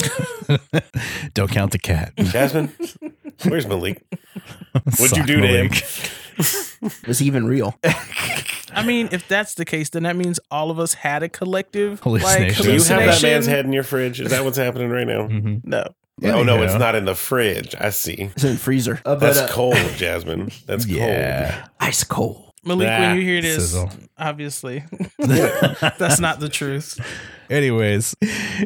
Speaker 2: [LAUGHS] Don't count the cat.
Speaker 5: [LAUGHS] Jasmine, where's Malik? What'd you do
Speaker 2: [LAUGHS]
Speaker 5: to him?
Speaker 4: Is he even real?
Speaker 3: I mean, if that's the case, then that means all of us had a collective like,
Speaker 2: Hallucination.
Speaker 5: Do you have that man's
Speaker 3: hallucination.
Speaker 5: head in your fridge? Is that what's happening
Speaker 4: [LAUGHS]
Speaker 5: right now?
Speaker 2: hmm
Speaker 3: No.
Speaker 5: oh no, it's
Speaker 2: Yeah.
Speaker 5: not in the fridge. I see.
Speaker 4: It's in the freezer. Uh, but,
Speaker 5: That's
Speaker 4: uh,
Speaker 5: cold, Jasmine. That's
Speaker 2: Yeah.
Speaker 4: Ice cold.
Speaker 3: Malik, when
Speaker 5: Ah,
Speaker 3: you hear this,
Speaker 2: sizzle.
Speaker 3: obviously, [LAUGHS] that's not the truth.
Speaker 2: Anyways,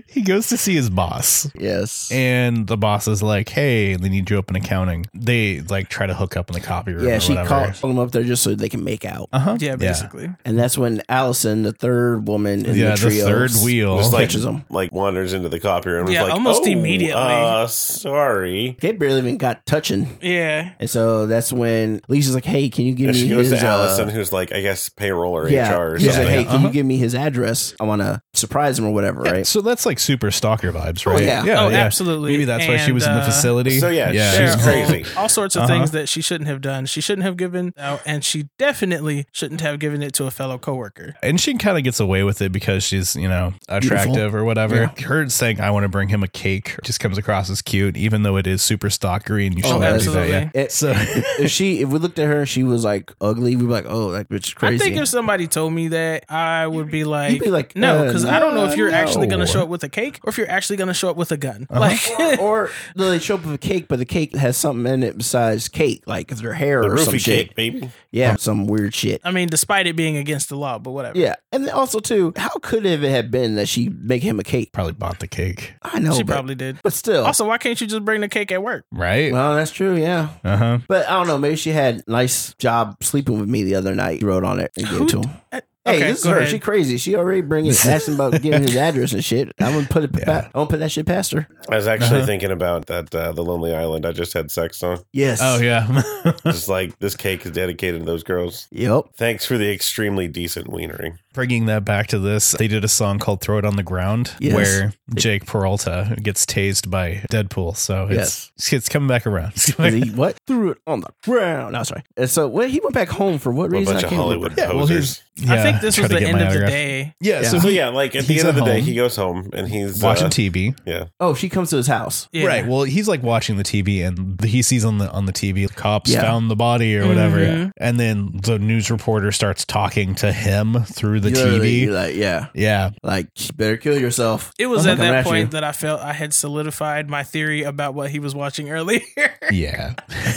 Speaker 2: he goes to see his boss.
Speaker 4: Yes.
Speaker 2: And the boss is like, "Hey, they need you up in accounting." They like try to hook up in the copy room.
Speaker 4: yeah,
Speaker 2: or
Speaker 4: she
Speaker 2: whatever.
Speaker 4: called them up there just so they can make out.
Speaker 2: Uh huh.
Speaker 3: Yeah, basically.
Speaker 4: And that's when Allison, the third woman in
Speaker 2: Yeah,
Speaker 4: the
Speaker 2: the,
Speaker 4: trio,
Speaker 2: third wheel.
Speaker 5: cold. Just like
Speaker 4: Catches 'em.
Speaker 5: like wanders into the copy room. and is
Speaker 3: Yeah,
Speaker 5: like,
Speaker 3: almost
Speaker 5: "Oh,
Speaker 3: immediately."
Speaker 5: Uh, sorry.
Speaker 4: they barely even got touching.
Speaker 3: Yeah.
Speaker 4: And so that's when Lisa's like, "Hey, can you give
Speaker 5: And
Speaker 4: me
Speaker 5: she goes
Speaker 4: his?"
Speaker 5: to Allison,
Speaker 4: uh,
Speaker 5: who's like, I guess payroll or
Speaker 4: yeah,
Speaker 5: HR or
Speaker 4: she's
Speaker 5: something.
Speaker 4: like, "Hey, can
Speaker 2: Uh-huh.
Speaker 4: you give me his address? I want to surprise him or whatever,
Speaker 2: Yeah,
Speaker 4: right?"
Speaker 2: So that's like super stalker vibes, right?
Speaker 4: yeah.
Speaker 3: Oh, absolutely.
Speaker 2: Maybe that's why she
Speaker 3: And,
Speaker 2: was in the
Speaker 3: uh,
Speaker 2: facility.
Speaker 5: So, yeah,
Speaker 2: yeah.
Speaker 5: she
Speaker 3: There
Speaker 5: was
Speaker 3: are
Speaker 5: crazy.
Speaker 3: All, all sorts of
Speaker 2: Uh-huh.
Speaker 3: things that she shouldn't have done. She shouldn't have given out, and she definitely shouldn't have given it to a fellow coworker.
Speaker 2: and she kind of gets away with it because she's you know attractive
Speaker 4: Beautiful.
Speaker 2: or whatever. Her saying I want to bring him a cake just comes across as cute, even though it is super stalkery and you
Speaker 4: Oh,
Speaker 2: should not do that.
Speaker 3: absolutely.
Speaker 2: Yeah.
Speaker 4: It-
Speaker 2: So [LAUGHS]
Speaker 4: if she, if we looked at her, she was like ugly. We'd be like, "Oh, that bitch is crazy."
Speaker 3: I think [LAUGHS] if somebody told me that, I would be like,
Speaker 4: you'd be like,
Speaker 3: no,
Speaker 4: uh,
Speaker 3: because I don't know if you're
Speaker 4: no.
Speaker 3: actually going to show up with a cake or if you're actually going to show up with a gun.
Speaker 4: [LAUGHS]
Speaker 3: Like,
Speaker 4: [LAUGHS] or no, they show up with a cake, but the cake has something in it besides cake, like their hair
Speaker 5: The
Speaker 4: or some
Speaker 5: roofie
Speaker 4: shit.
Speaker 5: cake, baby.
Speaker 4: Yeah, some weird shit.
Speaker 3: I mean, despite it being against the law, but whatever.
Speaker 4: Yeah, and then also too, how could it have been that she make him a cake?
Speaker 2: probably bought the cake,
Speaker 4: I know,
Speaker 3: she
Speaker 4: but, Oh.
Speaker 3: probably did.
Speaker 4: but still.
Speaker 3: Also, why can't you just bring the cake at work?
Speaker 2: right?
Speaker 4: well, that's true. Yeah,
Speaker 2: Uh huh.
Speaker 4: but I don't know. Maybe she had nice job sleeping with me the other night. She wrote on it and gave
Speaker 3: Who
Speaker 4: it to him.
Speaker 3: Uh,
Speaker 4: Hey,
Speaker 3: okay,
Speaker 4: this is
Speaker 3: go
Speaker 4: her.
Speaker 3: ahead.
Speaker 4: She crazy. She already bringing
Speaker 3: [LAUGHS]
Speaker 4: asking about giving his address and shit. I'm gonna put it.
Speaker 2: Yeah.
Speaker 4: I'm gonna put that shit past her.
Speaker 5: I was actually
Speaker 2: Uh-huh.
Speaker 5: thinking about that uh, the Lonely Island I just had sex
Speaker 4: [LAUGHS]
Speaker 5: on.
Speaker 4: Yes.
Speaker 2: Oh yeah. [LAUGHS]
Speaker 5: Just like this cake is dedicated to those girls.
Speaker 4: Yep.
Speaker 5: Thanks for the extremely decent wienering.
Speaker 2: Bringing that back to this, they did a song called "Throw It on the Ground,"
Speaker 4: Yes.
Speaker 2: where Jake Peralta gets tased by Deadpool. So it's it's coming back around. It's coming
Speaker 4: And
Speaker 2: back-
Speaker 4: he what threw it on the ground. No, sorry. And so when he went back home for what
Speaker 5: A
Speaker 4: reason?
Speaker 5: bunch
Speaker 4: I
Speaker 5: of
Speaker 4: can't
Speaker 5: Hollywood
Speaker 4: remember.
Speaker 2: Yeah, well,
Speaker 5: posers.
Speaker 2: [LAUGHS] Yeah,
Speaker 3: I think this
Speaker 2: try
Speaker 3: was
Speaker 2: to
Speaker 3: the
Speaker 2: get
Speaker 3: end
Speaker 2: my
Speaker 3: of the
Speaker 2: autograph.
Speaker 3: day.
Speaker 2: Yeah, so
Speaker 4: Yeah.
Speaker 5: So
Speaker 2: he-
Speaker 5: yeah, like at the
Speaker 2: He's
Speaker 5: end of the
Speaker 2: at
Speaker 5: day,
Speaker 2: home.
Speaker 5: he goes home and he's
Speaker 2: watching
Speaker 5: uh,
Speaker 2: TV.
Speaker 5: Yeah,
Speaker 4: Oh, she comes to his house.
Speaker 3: Yeah.
Speaker 2: Right. Well, he's like watching the TV, and he sees on the on the TV cops
Speaker 4: Yeah.
Speaker 2: found the body or whatever,
Speaker 3: Mhm.
Speaker 2: and then the news reporter starts talking to him through the
Speaker 4: Literally,
Speaker 2: TV.
Speaker 4: you're Like, yeah.
Speaker 2: yeah.
Speaker 4: Like, you better kill yourself.
Speaker 3: It was
Speaker 4: I'm
Speaker 3: at
Speaker 4: coming
Speaker 3: that
Speaker 4: you.
Speaker 3: point that I felt I had solidified my theory about what he was watching earlier. [LAUGHS]
Speaker 2: Yeah. [LAUGHS]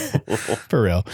Speaker 2: For real.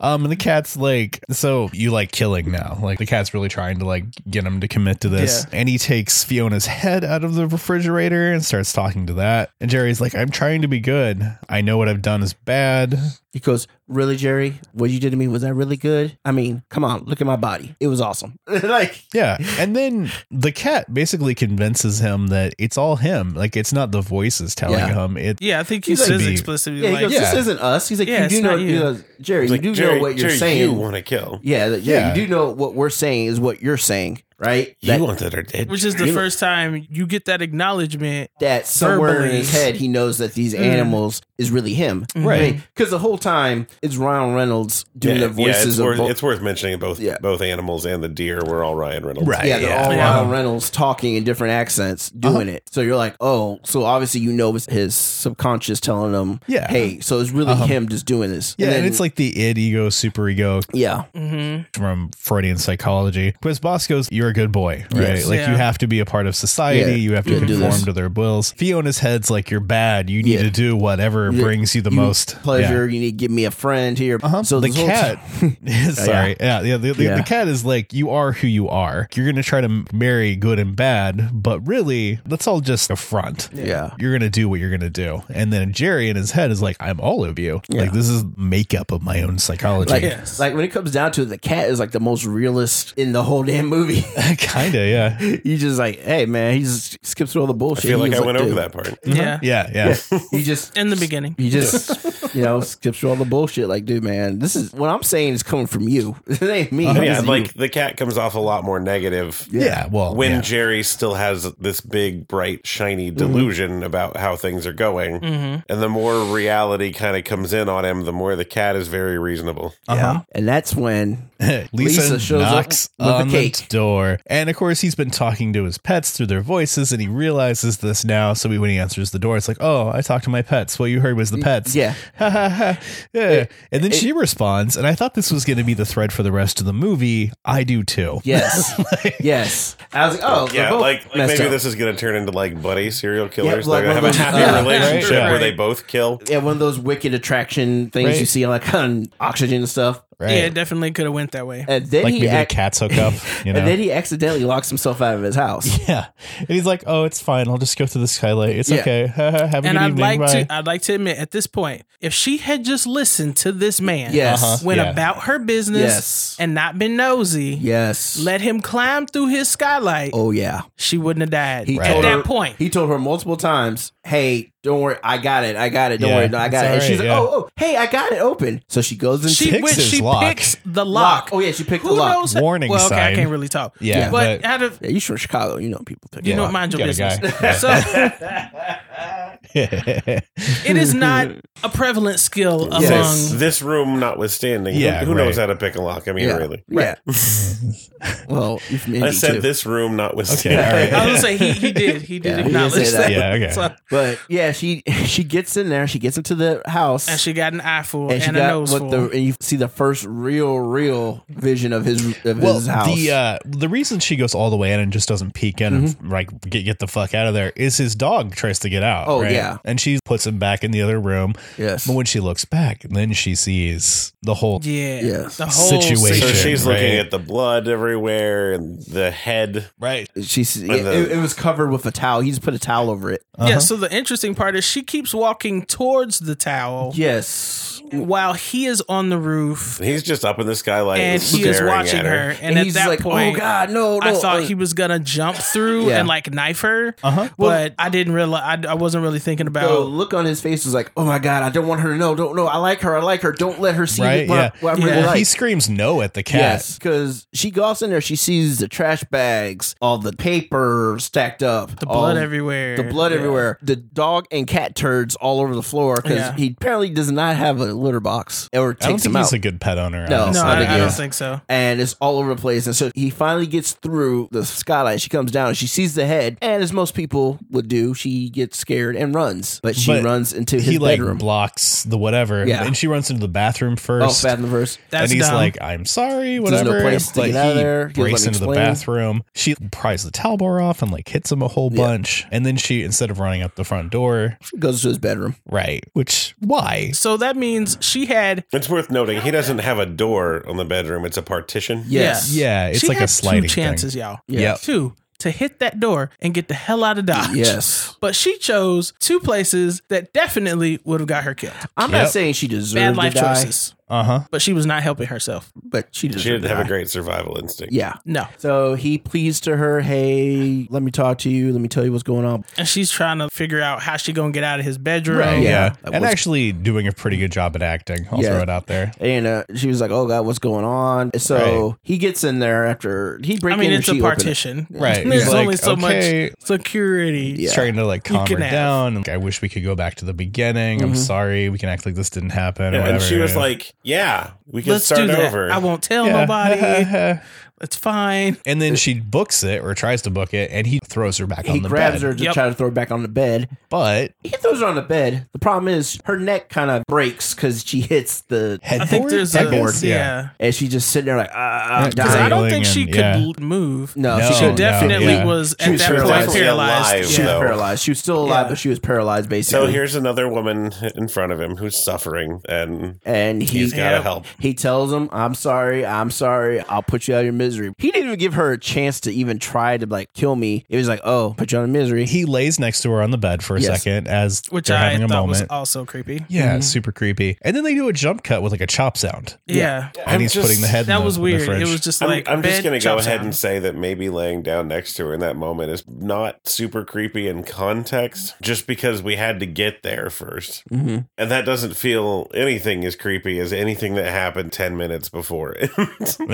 Speaker 2: Um and the cat's like so you like killing now. Like the cat's really trying to like get him to commit to this. And he takes Fiona's head out of the refrigerator and starts talking to that. And Jerry's like I'm trying to be good. I know what I've done is bad.
Speaker 4: He goes, Really, Jerry? What you did to me, was that really good? I mean, come on, look at my body. It was awesome. [LAUGHS] like,
Speaker 2: Yeah. And then the cat basically convinces him that it's all him. Like it's not the voices telling
Speaker 4: Yeah.
Speaker 2: him. It
Speaker 3: yeah, I think he
Speaker 2: He's like-
Speaker 3: says
Speaker 2: Be-
Speaker 3: explicitly
Speaker 4: yeah, he
Speaker 3: like,
Speaker 4: goes, This
Speaker 2: Yeah.
Speaker 4: isn't us. He's like,
Speaker 3: Yeah,
Speaker 4: You do
Speaker 3: it's
Speaker 4: know,
Speaker 3: not you."
Speaker 4: you know, Jerry,
Speaker 5: he's like,
Speaker 4: you do
Speaker 5: Jerry,
Speaker 4: know what you're
Speaker 5: Jerry,
Speaker 4: saying.
Speaker 5: You want to kill?
Speaker 4: yeah, that- yeah,
Speaker 2: Yeah.
Speaker 4: you do know what we're saying is what you're saying, right? That,
Speaker 5: you want that are dead?
Speaker 3: which is the
Speaker 5: Jerry.
Speaker 3: first time you get that acknowledgement.
Speaker 4: that somewhere in his
Speaker 3: verbally.
Speaker 4: head, he knows that
Speaker 3: Mm.
Speaker 4: these animals is really him.
Speaker 2: Right.
Speaker 4: Because the whole time, it's Ryan Reynolds doing the
Speaker 5: it's,
Speaker 4: voices
Speaker 5: worth,
Speaker 4: of both.
Speaker 5: it's worth mentioning both
Speaker 4: Yeah.
Speaker 5: both animals and the deer were all Ryan Reynolds.
Speaker 2: Right.
Speaker 4: Yeah, they're
Speaker 2: Yeah. Uh-huh.
Speaker 4: all
Speaker 3: Yeah.
Speaker 4: Ryan Reynolds talking in different accents, doing it. So you're like, oh, so obviously you know it's his subconscious telling him,
Speaker 2: Yeah.
Speaker 4: hey, so it's really
Speaker 2: Uh-huh.
Speaker 4: him just doing this.
Speaker 2: Yeah, and,
Speaker 4: then-
Speaker 2: it's like the id ego, super ego
Speaker 4: yeah,
Speaker 3: Mm-hmm.
Speaker 2: from Freudian psychology. Because boss goes, You're a good boy, right?
Speaker 4: Yes.
Speaker 2: Like
Speaker 3: Yeah.
Speaker 2: you have to be a part of society,
Speaker 4: Yeah,
Speaker 2: you have to
Speaker 4: you do
Speaker 2: conform
Speaker 4: this.
Speaker 2: to their wills. Fiona's head's like you're bad, you need
Speaker 4: Yeah.
Speaker 2: to do whatever
Speaker 4: Yeah.
Speaker 2: brings you the
Speaker 4: You-
Speaker 2: most
Speaker 4: pleasure. You need to give me a friend here.
Speaker 2: Yeah. Uh-huh.
Speaker 4: So
Speaker 2: So the
Speaker 4: this whole [LAUGHS]
Speaker 2: cat,
Speaker 4: time-
Speaker 2: [LAUGHS] sorry, yeah, yeah, the, the,
Speaker 4: Yeah.
Speaker 2: the cat is like you are who you are. You're gonna try to marry good and bad, but really that's all just a front.
Speaker 4: yeah,
Speaker 2: You're gonna do what you're gonna do, and then Jerry in his head is like, "I'm all of you.
Speaker 4: Yeah.
Speaker 2: Like this is makeup of my own psychology."
Speaker 4: like
Speaker 3: Yes.
Speaker 4: like when it comes down to it, the cat is like the most realist in the whole damn movie.
Speaker 2: [LAUGHS]
Speaker 4: [LAUGHS]
Speaker 2: kinda, yeah.
Speaker 4: you just like, hey man, he just skips through all the
Speaker 5: I
Speaker 4: bullshit.
Speaker 5: feel like
Speaker 4: He's
Speaker 5: I went over
Speaker 4: dude,
Speaker 5: that part.
Speaker 3: Yeah.
Speaker 2: Yeah, [LAUGHS] yeah.
Speaker 4: He just
Speaker 3: In the beginning.
Speaker 2: [LAUGHS]
Speaker 4: He just, you know, skips through all the bullshit. Like, dude, man, this is what I'm saying is coming from you. [LAUGHS] it ain't
Speaker 2: Uh-huh.
Speaker 4: me.
Speaker 5: yeah,
Speaker 4: This is
Speaker 5: like the cat comes off a lot more negative.
Speaker 2: yeah. well,
Speaker 5: When
Speaker 2: yeah.
Speaker 5: Jerry still has this big, bright, shiny
Speaker 4: Mm-hmm.
Speaker 5: delusion about how things are going,
Speaker 3: Mm-hmm.
Speaker 5: and the more reality kind of comes in on him, the more the cat is very reasonable.
Speaker 4: you. yeah, and that's when
Speaker 2: Uh-huh. [LAUGHS] Lisa,
Speaker 4: Lisa shows up
Speaker 2: knocks
Speaker 4: with the
Speaker 2: on
Speaker 4: cake.
Speaker 2: the door. before. And of course, he's been talking to his pets through their voices and he realizes this now. So he, when he answers the door, it's like, oh, I talked to my pets. What you heard was the pets.
Speaker 4: Yeah.
Speaker 2: [LAUGHS] Ha, ha, ha. yeah. And then she responds. And I thought this was going to be the thread for the rest of the movie. I do too.
Speaker 4: [LAUGHS] [LAUGHS] Yes. yes. I was like, oh, they're
Speaker 5: Yeah,
Speaker 4: both
Speaker 5: like, like
Speaker 4: messed
Speaker 5: maybe
Speaker 4: up.
Speaker 5: this is going to turn into like buddy serial killers.
Speaker 4: well,
Speaker 5: They're going to
Speaker 4: well,
Speaker 5: have a happy
Speaker 4: uh,
Speaker 5: relationship
Speaker 2: right,
Speaker 5: where
Speaker 2: right.
Speaker 5: they both kill.
Speaker 4: Yeah, one of those wicked attraction things
Speaker 2: Right.
Speaker 4: you see like [LAUGHS] on oxygen and stuff.
Speaker 2: Right.
Speaker 3: Yeah, it definitely could have went that way.
Speaker 4: And then
Speaker 2: like
Speaker 4: he
Speaker 2: maybe
Speaker 4: ac-
Speaker 2: the
Speaker 4: [LAUGHS]
Speaker 2: cats hook up, you know?
Speaker 4: and then he accidentally locks himself out of his house.
Speaker 2: [LAUGHS] yeah. And he's like, oh, it's fine. I'll just go through the skylight. It's
Speaker 4: Yeah.
Speaker 2: okay. [LAUGHS] Ha, ha. Have a good
Speaker 3: And I'd
Speaker 2: evening.
Speaker 3: like
Speaker 2: Bye. [LAUGHS]
Speaker 3: to I'd like to admit at this point, if she had just listened to this man
Speaker 4: Yes.
Speaker 2: Uh-huh.
Speaker 3: went
Speaker 2: Yeah.
Speaker 3: about her business
Speaker 4: Yes.
Speaker 3: and not been nosy,
Speaker 4: Yes.
Speaker 3: let him climb through his skylight,
Speaker 4: oh yeah.
Speaker 3: she wouldn't have died.
Speaker 4: He
Speaker 3: At
Speaker 4: told her-
Speaker 3: that point.
Speaker 4: He told her multiple times, "Hey, don't worry, I got it, I got it, don't
Speaker 2: Yeah,
Speaker 4: worry, no, I got it."
Speaker 2: it's
Speaker 4: And she's
Speaker 2: all
Speaker 4: like,
Speaker 2: right, yeah.
Speaker 4: "Oh, oh, hey, I got it open." So she goes and
Speaker 3: she
Speaker 2: picks
Speaker 3: when
Speaker 2: his
Speaker 3: she
Speaker 2: lock.
Speaker 3: picks the lock.
Speaker 4: Oh yeah, she picked
Speaker 3: Who
Speaker 4: the lock.
Speaker 3: knows?
Speaker 2: Warning
Speaker 3: well, okay, I
Speaker 2: sign.
Speaker 3: can't really talk.
Speaker 2: Yeah,
Speaker 3: but,
Speaker 2: but-
Speaker 3: out of
Speaker 4: Yeah, you from Chicago, you know people pick.
Speaker 3: you
Speaker 4: the
Speaker 3: know,
Speaker 4: lock.
Speaker 3: mind your
Speaker 2: Got a guy.
Speaker 3: business. [LAUGHS] So it is not a prevalent skill among.
Speaker 4: Yes.
Speaker 5: This,
Speaker 2: [LAUGHS]
Speaker 5: this room notwithstanding, who-
Speaker 2: Yeah,
Speaker 5: who, knows how to pick a lock? I mean,
Speaker 4: Yeah.
Speaker 5: really.
Speaker 4: Yeah. [LAUGHS] well, you from Indy
Speaker 5: I said
Speaker 4: too.
Speaker 5: this room
Speaker 2: okay.
Speaker 5: notwithstanding.
Speaker 2: All right.
Speaker 3: I was gonna say he, he did he did
Speaker 4: Yeah, he did
Speaker 3: acknowledge that.
Speaker 4: say that.
Speaker 2: Yeah,
Speaker 4: [LAUGHS]
Speaker 2: okay.
Speaker 3: So-
Speaker 4: But yeah, she [LAUGHS] she gets in there, she gets into the house,
Speaker 3: and she got an eye full
Speaker 4: and
Speaker 3: and,
Speaker 4: she
Speaker 3: a
Speaker 4: got
Speaker 3: nose
Speaker 4: what
Speaker 3: full.
Speaker 4: the and you see the first real real vision of his of
Speaker 2: well,
Speaker 4: his house.
Speaker 2: the uh, the reason she goes all the way in and just doesn't peek in
Speaker 4: Mm-hmm.
Speaker 2: and like get get the fuck out of there is his dog tries to get out.
Speaker 4: Oh,
Speaker 2: right?
Speaker 4: yeah.
Speaker 2: and she puts him back in the other room.
Speaker 4: yes.
Speaker 2: But when she looks back, then she sees the whole.
Speaker 3: yeah,
Speaker 4: Yeah.
Speaker 3: the whole
Speaker 2: Situation.
Speaker 5: [LAUGHS] So
Speaker 3: situation.
Speaker 5: she's
Speaker 2: Right.
Speaker 5: looking at the blood everywhere and the head.
Speaker 2: Right.
Speaker 4: She's
Speaker 5: With
Speaker 4: yeah,
Speaker 5: the-
Speaker 4: it, it was covered with a towel. He just put a towel over it.
Speaker 2: Uh-huh.
Speaker 3: Yeah. So the interesting part is she keeps walking towards the towel
Speaker 4: Yes.
Speaker 3: while he is on the roof
Speaker 5: He's just up in the skylight
Speaker 3: and he is
Speaker 5: staring
Speaker 3: watching
Speaker 5: at
Speaker 3: her.
Speaker 5: her.
Speaker 3: And, at
Speaker 4: he's
Speaker 3: that
Speaker 4: like,
Speaker 3: point,
Speaker 4: "Oh God, no!" no. uh,
Speaker 3: I thought he was gonna jump through
Speaker 4: Yeah.
Speaker 3: and like knife her,
Speaker 2: Uh-huh.
Speaker 3: but I didn't realize I, I wasn't really thinking about.
Speaker 4: The look on his face was like, "Oh my God, I don't want her to know. Don't know. I like her. I like her. Don't let her see
Speaker 2: Right,
Speaker 4: what, I-
Speaker 2: yeah.
Speaker 4: what I'm
Speaker 3: Yeah.
Speaker 4: really
Speaker 3: Well,
Speaker 4: like."
Speaker 2: He screams no at the cat.
Speaker 4: Yes, because she goes in there, she sees the trash bags, all the paper stacked up,
Speaker 3: the blood
Speaker 4: all-
Speaker 3: everywhere.
Speaker 4: um, the blood
Speaker 3: Yeah.
Speaker 4: everywhere, the dog and cat turds all over the floor because
Speaker 3: Yeah.
Speaker 4: he apparently does not have a litter box or
Speaker 2: I don't
Speaker 4: takes
Speaker 2: think
Speaker 4: them
Speaker 2: he's
Speaker 4: out.
Speaker 2: a good pet owner.
Speaker 4: No,
Speaker 2: honestly.
Speaker 3: No,
Speaker 4: I
Speaker 3: I,
Speaker 4: think
Speaker 3: I
Speaker 4: he
Speaker 3: don't
Speaker 4: is.
Speaker 3: think so.
Speaker 4: and it's all over the place. And so he finally gets through the skylight. She comes down and she sees the head. And as most people would do, she gets scared and runs. But she
Speaker 2: But
Speaker 4: runs into his
Speaker 2: he like
Speaker 4: bedroom.
Speaker 2: blocks the whatever.
Speaker 4: Yeah.
Speaker 2: and she runs into the bathroom
Speaker 4: Oh,
Speaker 2: first.
Speaker 4: bad in the verse.
Speaker 3: That's
Speaker 2: and he's
Speaker 3: dumb.
Speaker 2: like, "I'm sorry,
Speaker 4: no
Speaker 2: whatever."
Speaker 4: place to
Speaker 2: But
Speaker 4: get out of
Speaker 2: he
Speaker 4: there. He
Speaker 2: breaks
Speaker 4: wouldn't
Speaker 2: into the
Speaker 4: explain.
Speaker 2: bathroom. She pries the towel bar off and like hits him a whole
Speaker 4: Yeah.
Speaker 2: bunch. And then she, instead of running up the front door,
Speaker 4: She goes to his bedroom.
Speaker 2: right? Which why?
Speaker 3: so that means she had
Speaker 5: It's worth noting he doesn't have a door on the bedroom; it's a partition.
Speaker 4: Yes.
Speaker 3: Yeah.
Speaker 2: Yeah, it's
Speaker 3: she
Speaker 2: like
Speaker 3: had
Speaker 2: a sliding
Speaker 3: two chances, y'all.
Speaker 2: thing. Yeah,
Speaker 3: Two to hit that door and get the hell out of Dodge.
Speaker 4: Yes.
Speaker 3: But she chose two places that definitely would have got her killed.
Speaker 4: I'm
Speaker 2: Yep.
Speaker 4: not saying she
Speaker 3: Bad
Speaker 4: deserved
Speaker 3: life
Speaker 4: to die,
Speaker 3: choices.
Speaker 2: uh huh.
Speaker 3: But she was not helping herself.
Speaker 4: but she deserved
Speaker 5: She
Speaker 4: to
Speaker 5: didn't have
Speaker 4: die.
Speaker 5: a great survival instinct.
Speaker 4: Yeah.
Speaker 3: No.
Speaker 4: So he pleads to her, hey, let me talk to you. Let me tell you what's going on.
Speaker 3: And she's trying to figure out how she gonna get out of his bedroom.
Speaker 2: Yeah,
Speaker 4: Right. Yeah, that
Speaker 2: and
Speaker 4: was-
Speaker 2: actually doing a pretty good job at acting. I'll
Speaker 4: Yeah.
Speaker 2: throw it out there.
Speaker 4: And uh, she was like, oh, God, what's going on? So
Speaker 2: Right.
Speaker 4: he gets in there after he
Speaker 3: I
Speaker 4: breaks
Speaker 3: mean,
Speaker 4: in. and
Speaker 3: it's a
Speaker 4: she opened it.
Speaker 3: partition.
Speaker 2: Right,
Speaker 3: [LAUGHS] There's
Speaker 2: he's like,
Speaker 3: only so
Speaker 2: "Okay."
Speaker 3: much security.
Speaker 4: Yeah.
Speaker 2: He's Trying to like calm her
Speaker 3: can have.
Speaker 2: down. Like, I wish we could go back to the beginning.
Speaker 4: Mm-hmm.
Speaker 2: I'm sorry. We can act like this didn't happen. or
Speaker 5: and she
Speaker 2: whatever.
Speaker 5: was like, "Yeah, we can
Speaker 3: Let's
Speaker 5: start
Speaker 3: do that.
Speaker 5: over."
Speaker 3: I won't tell
Speaker 2: Yeah.
Speaker 3: nobody.
Speaker 2: [LAUGHS]
Speaker 3: it's fine.
Speaker 2: and then she books it or tries to book it, and he throws her back
Speaker 4: He
Speaker 2: on the
Speaker 4: grabs
Speaker 2: bed.
Speaker 4: her to
Speaker 3: Yep.
Speaker 4: try to throw her back on the bed.
Speaker 2: but
Speaker 4: He throws her on the bed. The problem is her neck kind of breaks because she hits the
Speaker 2: headboard.
Speaker 3: I think there's a
Speaker 2: Headboard,
Speaker 3: yeah.
Speaker 4: and she's just sitting there like ah, ah,
Speaker 2: Yeah, 'cause
Speaker 3: Because I
Speaker 4: dying.
Speaker 3: don't think she
Speaker 2: Dangling
Speaker 3: could
Speaker 2: and- yeah. Oh,
Speaker 3: l- move.
Speaker 4: No,
Speaker 2: No,
Speaker 4: she
Speaker 3: she
Speaker 4: couldn't.
Speaker 3: definitely
Speaker 2: yeah.
Speaker 3: was
Speaker 4: She
Speaker 3: at
Speaker 4: was
Speaker 3: that
Speaker 4: paralyzed.
Speaker 3: point paralyzed.
Speaker 5: Alive,
Speaker 4: She
Speaker 3: Yeah.
Speaker 5: though.
Speaker 4: was paralyzed. She was still alive,
Speaker 3: Yeah.
Speaker 4: but she was paralyzed
Speaker 5: So
Speaker 4: basically.
Speaker 5: here's another woman in front of him who's suffering, and
Speaker 4: and he
Speaker 5: he's gotta
Speaker 3: Yeah.
Speaker 5: help.
Speaker 4: he tells him, "I'm sorry, I'm sorry, I'll put you out of your misery." He didn't even give her a chance to even try to like kill me. It was like, "Oh, put you out of misery."
Speaker 2: he lays next to her on the bed for a
Speaker 4: Yes. Mm-hmm.
Speaker 2: second as
Speaker 3: Which
Speaker 2: they're
Speaker 3: I
Speaker 2: having a
Speaker 3: thought was
Speaker 2: moment.
Speaker 3: also creepy.
Speaker 2: yeah, super creepy. And then they do a jump cut with like a chop sound,
Speaker 3: Yeah.
Speaker 2: and he's
Speaker 5: just-
Speaker 2: putting the head. in
Speaker 3: That
Speaker 2: the-
Speaker 3: was
Speaker 2: in the
Speaker 3: weird. It
Speaker 2: fridge. [LAUGHS]
Speaker 3: was just
Speaker 5: I'm,
Speaker 3: like
Speaker 5: I'm just
Speaker 3: bed
Speaker 5: gonna go
Speaker 3: chop
Speaker 5: ahead
Speaker 3: sound.
Speaker 5: and say that maybe laying down next to her in that moment is not super creepy in context, just because we had to get there 1st
Speaker 2: Mm-hmm.
Speaker 5: and that doesn't feel anything as creepy as anything that happened ten minutes before. it. [LAUGHS]
Speaker 2: Yeah.
Speaker 4: That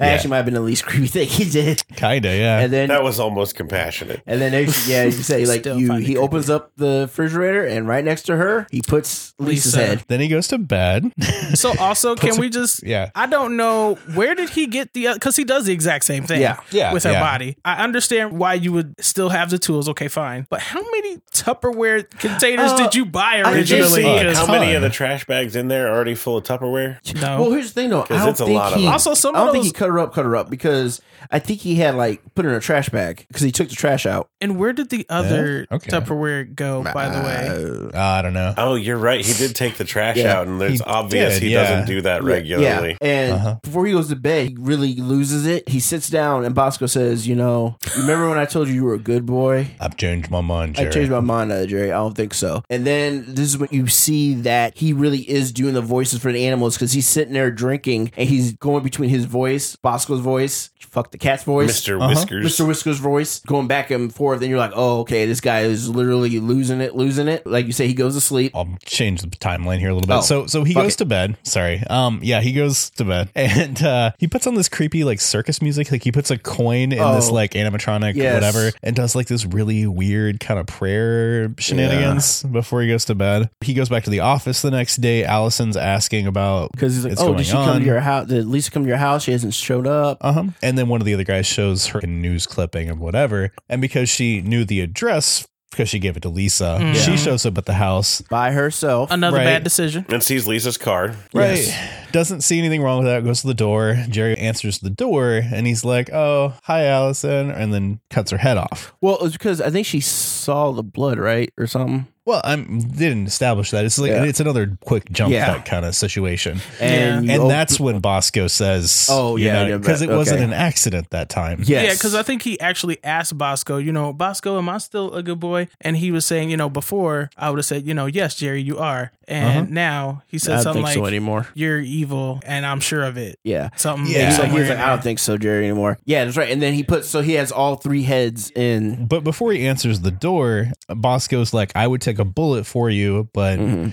Speaker 4: actually actually might have been the least [LAUGHS] creepy thing he did.
Speaker 2: Kinda, yeah.
Speaker 4: And then
Speaker 5: That was almost compassionate.
Speaker 4: And then they, yeah,
Speaker 3: [LAUGHS]
Speaker 4: you say like
Speaker 3: Still
Speaker 4: you.
Speaker 3: find it
Speaker 4: He
Speaker 3: creepy.
Speaker 4: opens up the refrigerator, and right next to her, he puts Lisa's
Speaker 3: Lisa.
Speaker 4: head.
Speaker 2: then he goes to bed. [LAUGHS]
Speaker 3: So also, can we just?
Speaker 2: yeah.
Speaker 3: I don't know where did he get the because he does the exact same thing.
Speaker 4: Yeah,
Speaker 2: yeah,
Speaker 3: with her
Speaker 2: yeah.
Speaker 3: body. I understand why you would still have the tools. Okay, fine. But how many Tupperware containers
Speaker 4: Uh,
Speaker 3: did you buy
Speaker 4: I
Speaker 5: Did you
Speaker 3: originally?
Speaker 5: see
Speaker 2: Originally,
Speaker 5: how
Speaker 2: a
Speaker 5: many
Speaker 2: ton.
Speaker 5: of the trash bags in there are already full of Tupperware?
Speaker 3: [LAUGHS] no.
Speaker 4: Well, here's the thing, though. I
Speaker 5: 'Cause
Speaker 4: don't
Speaker 5: it's a
Speaker 4: think
Speaker 5: lot of
Speaker 4: he,
Speaker 5: them.
Speaker 3: Oh. Also, some
Speaker 4: I don't
Speaker 3: of
Speaker 4: think he
Speaker 3: those.
Speaker 4: cut her up, cut her up because I think he had like put her in a trash bag because he took the trash out.
Speaker 3: and where did the other
Speaker 2: Yeah, okay.
Speaker 3: Tupperware go? By the way,
Speaker 4: Uh,
Speaker 2: Uh, I don't
Speaker 4: [LAUGHS]
Speaker 2: know.
Speaker 5: Oh, you're right. He did take the trash
Speaker 4: Yeah,
Speaker 5: out, and it's
Speaker 2: he
Speaker 5: obvious
Speaker 2: did,
Speaker 5: he
Speaker 2: yeah.
Speaker 5: doesn't do that regularly.
Speaker 4: yeah, and
Speaker 2: Uh-huh.
Speaker 4: before he goes to bed, he really loses it. He sits down, and Bosco says, "You know, remember when I told you you were a good boy?
Speaker 2: I've changed my mind, Jerry.
Speaker 4: I changed my mind, uh, Jerry. I don't think so. And then this is when you see that he really is doing the voices for the animals because he's sitting there drinking and he's going between his voice, Bosco's voice, fuck the cat's voice,
Speaker 5: Mr.
Speaker 2: Uh-huh.
Speaker 5: Whiskers.
Speaker 4: Mr. Whiskers' voice, going back and forth. And you're like, oh, okay, this guy is literally losing it, losing it. Like you say, he goes to sleep.
Speaker 2: I'll change the timeline here a little bit.
Speaker 4: Oh,
Speaker 2: so so he
Speaker 4: fuck
Speaker 2: goes
Speaker 4: it.
Speaker 2: to bed. Sorry. Um yeah, he goes to bed. [LAUGHS] And uh he puts on this creepy like circus music. Like he puts a coin in this
Speaker 4: Oh.
Speaker 2: like animatronic
Speaker 4: Yes.
Speaker 2: whatever and does like this really weird kind of prayer shenanigans before he goes to bed. He goes back to the office the next day. Allison's asking about
Speaker 4: Because he's like,
Speaker 2: It's
Speaker 4: oh,
Speaker 2: going
Speaker 4: did she come
Speaker 2: on.
Speaker 4: to your house? Did Lisa come to your house? She hasn't showed up.
Speaker 2: uh-huh. And then one of the other guys shows her a news clipping of whatever. And because she knew the address because she gave it to Lisa,
Speaker 3: Mm.
Speaker 2: she
Speaker 3: Yeah.
Speaker 2: shows up at the house.
Speaker 4: By herself.
Speaker 3: another
Speaker 2: Right.
Speaker 3: bad decision.
Speaker 5: and sees Lisa's car.
Speaker 2: Right.
Speaker 4: Yes.
Speaker 2: Doesn't see anything wrong with that. Goes to the door. Jerry answers the door and he's like, Oh, hi, Allison. And then cuts her head off.
Speaker 4: Well, it was because I think she saw the blood, right? Or something.
Speaker 2: Well, I'm they didn't establish that. It's like
Speaker 4: Yeah.
Speaker 2: it's another quick jump
Speaker 4: Yeah.
Speaker 2: cut kind of situation.
Speaker 4: And, you
Speaker 2: And
Speaker 4: op-
Speaker 2: that's when Bosco says,
Speaker 4: Oh, yeah, yeah,
Speaker 2: because it
Speaker 4: but-
Speaker 2: wasn't
Speaker 4: okay.
Speaker 2: an accident that time.
Speaker 4: Yes.
Speaker 3: Yeah, because I think he actually asked Bosco, you know, Bosco, am I still a good boy? And he was saying, you know, before I would have said, you know, yes, Jerry, you are.
Speaker 2: Uh-huh.
Speaker 3: And now he said
Speaker 4: I don't
Speaker 3: something like,
Speaker 4: think so anymore.
Speaker 3: you're evil and I'm sure of it.
Speaker 4: Yeah.
Speaker 3: Something.
Speaker 2: Yeah.
Speaker 4: Yeah, so
Speaker 3: somewhere
Speaker 4: he was
Speaker 3: in
Speaker 4: like, I
Speaker 3: there.
Speaker 4: don't think so, Jerry, anymore. Yeah, that's right. And then he puts, so he has all three heads in.
Speaker 2: But before he answers the door, Bosco's like, I would take a bullet for you, but
Speaker 4: Mm-hmm.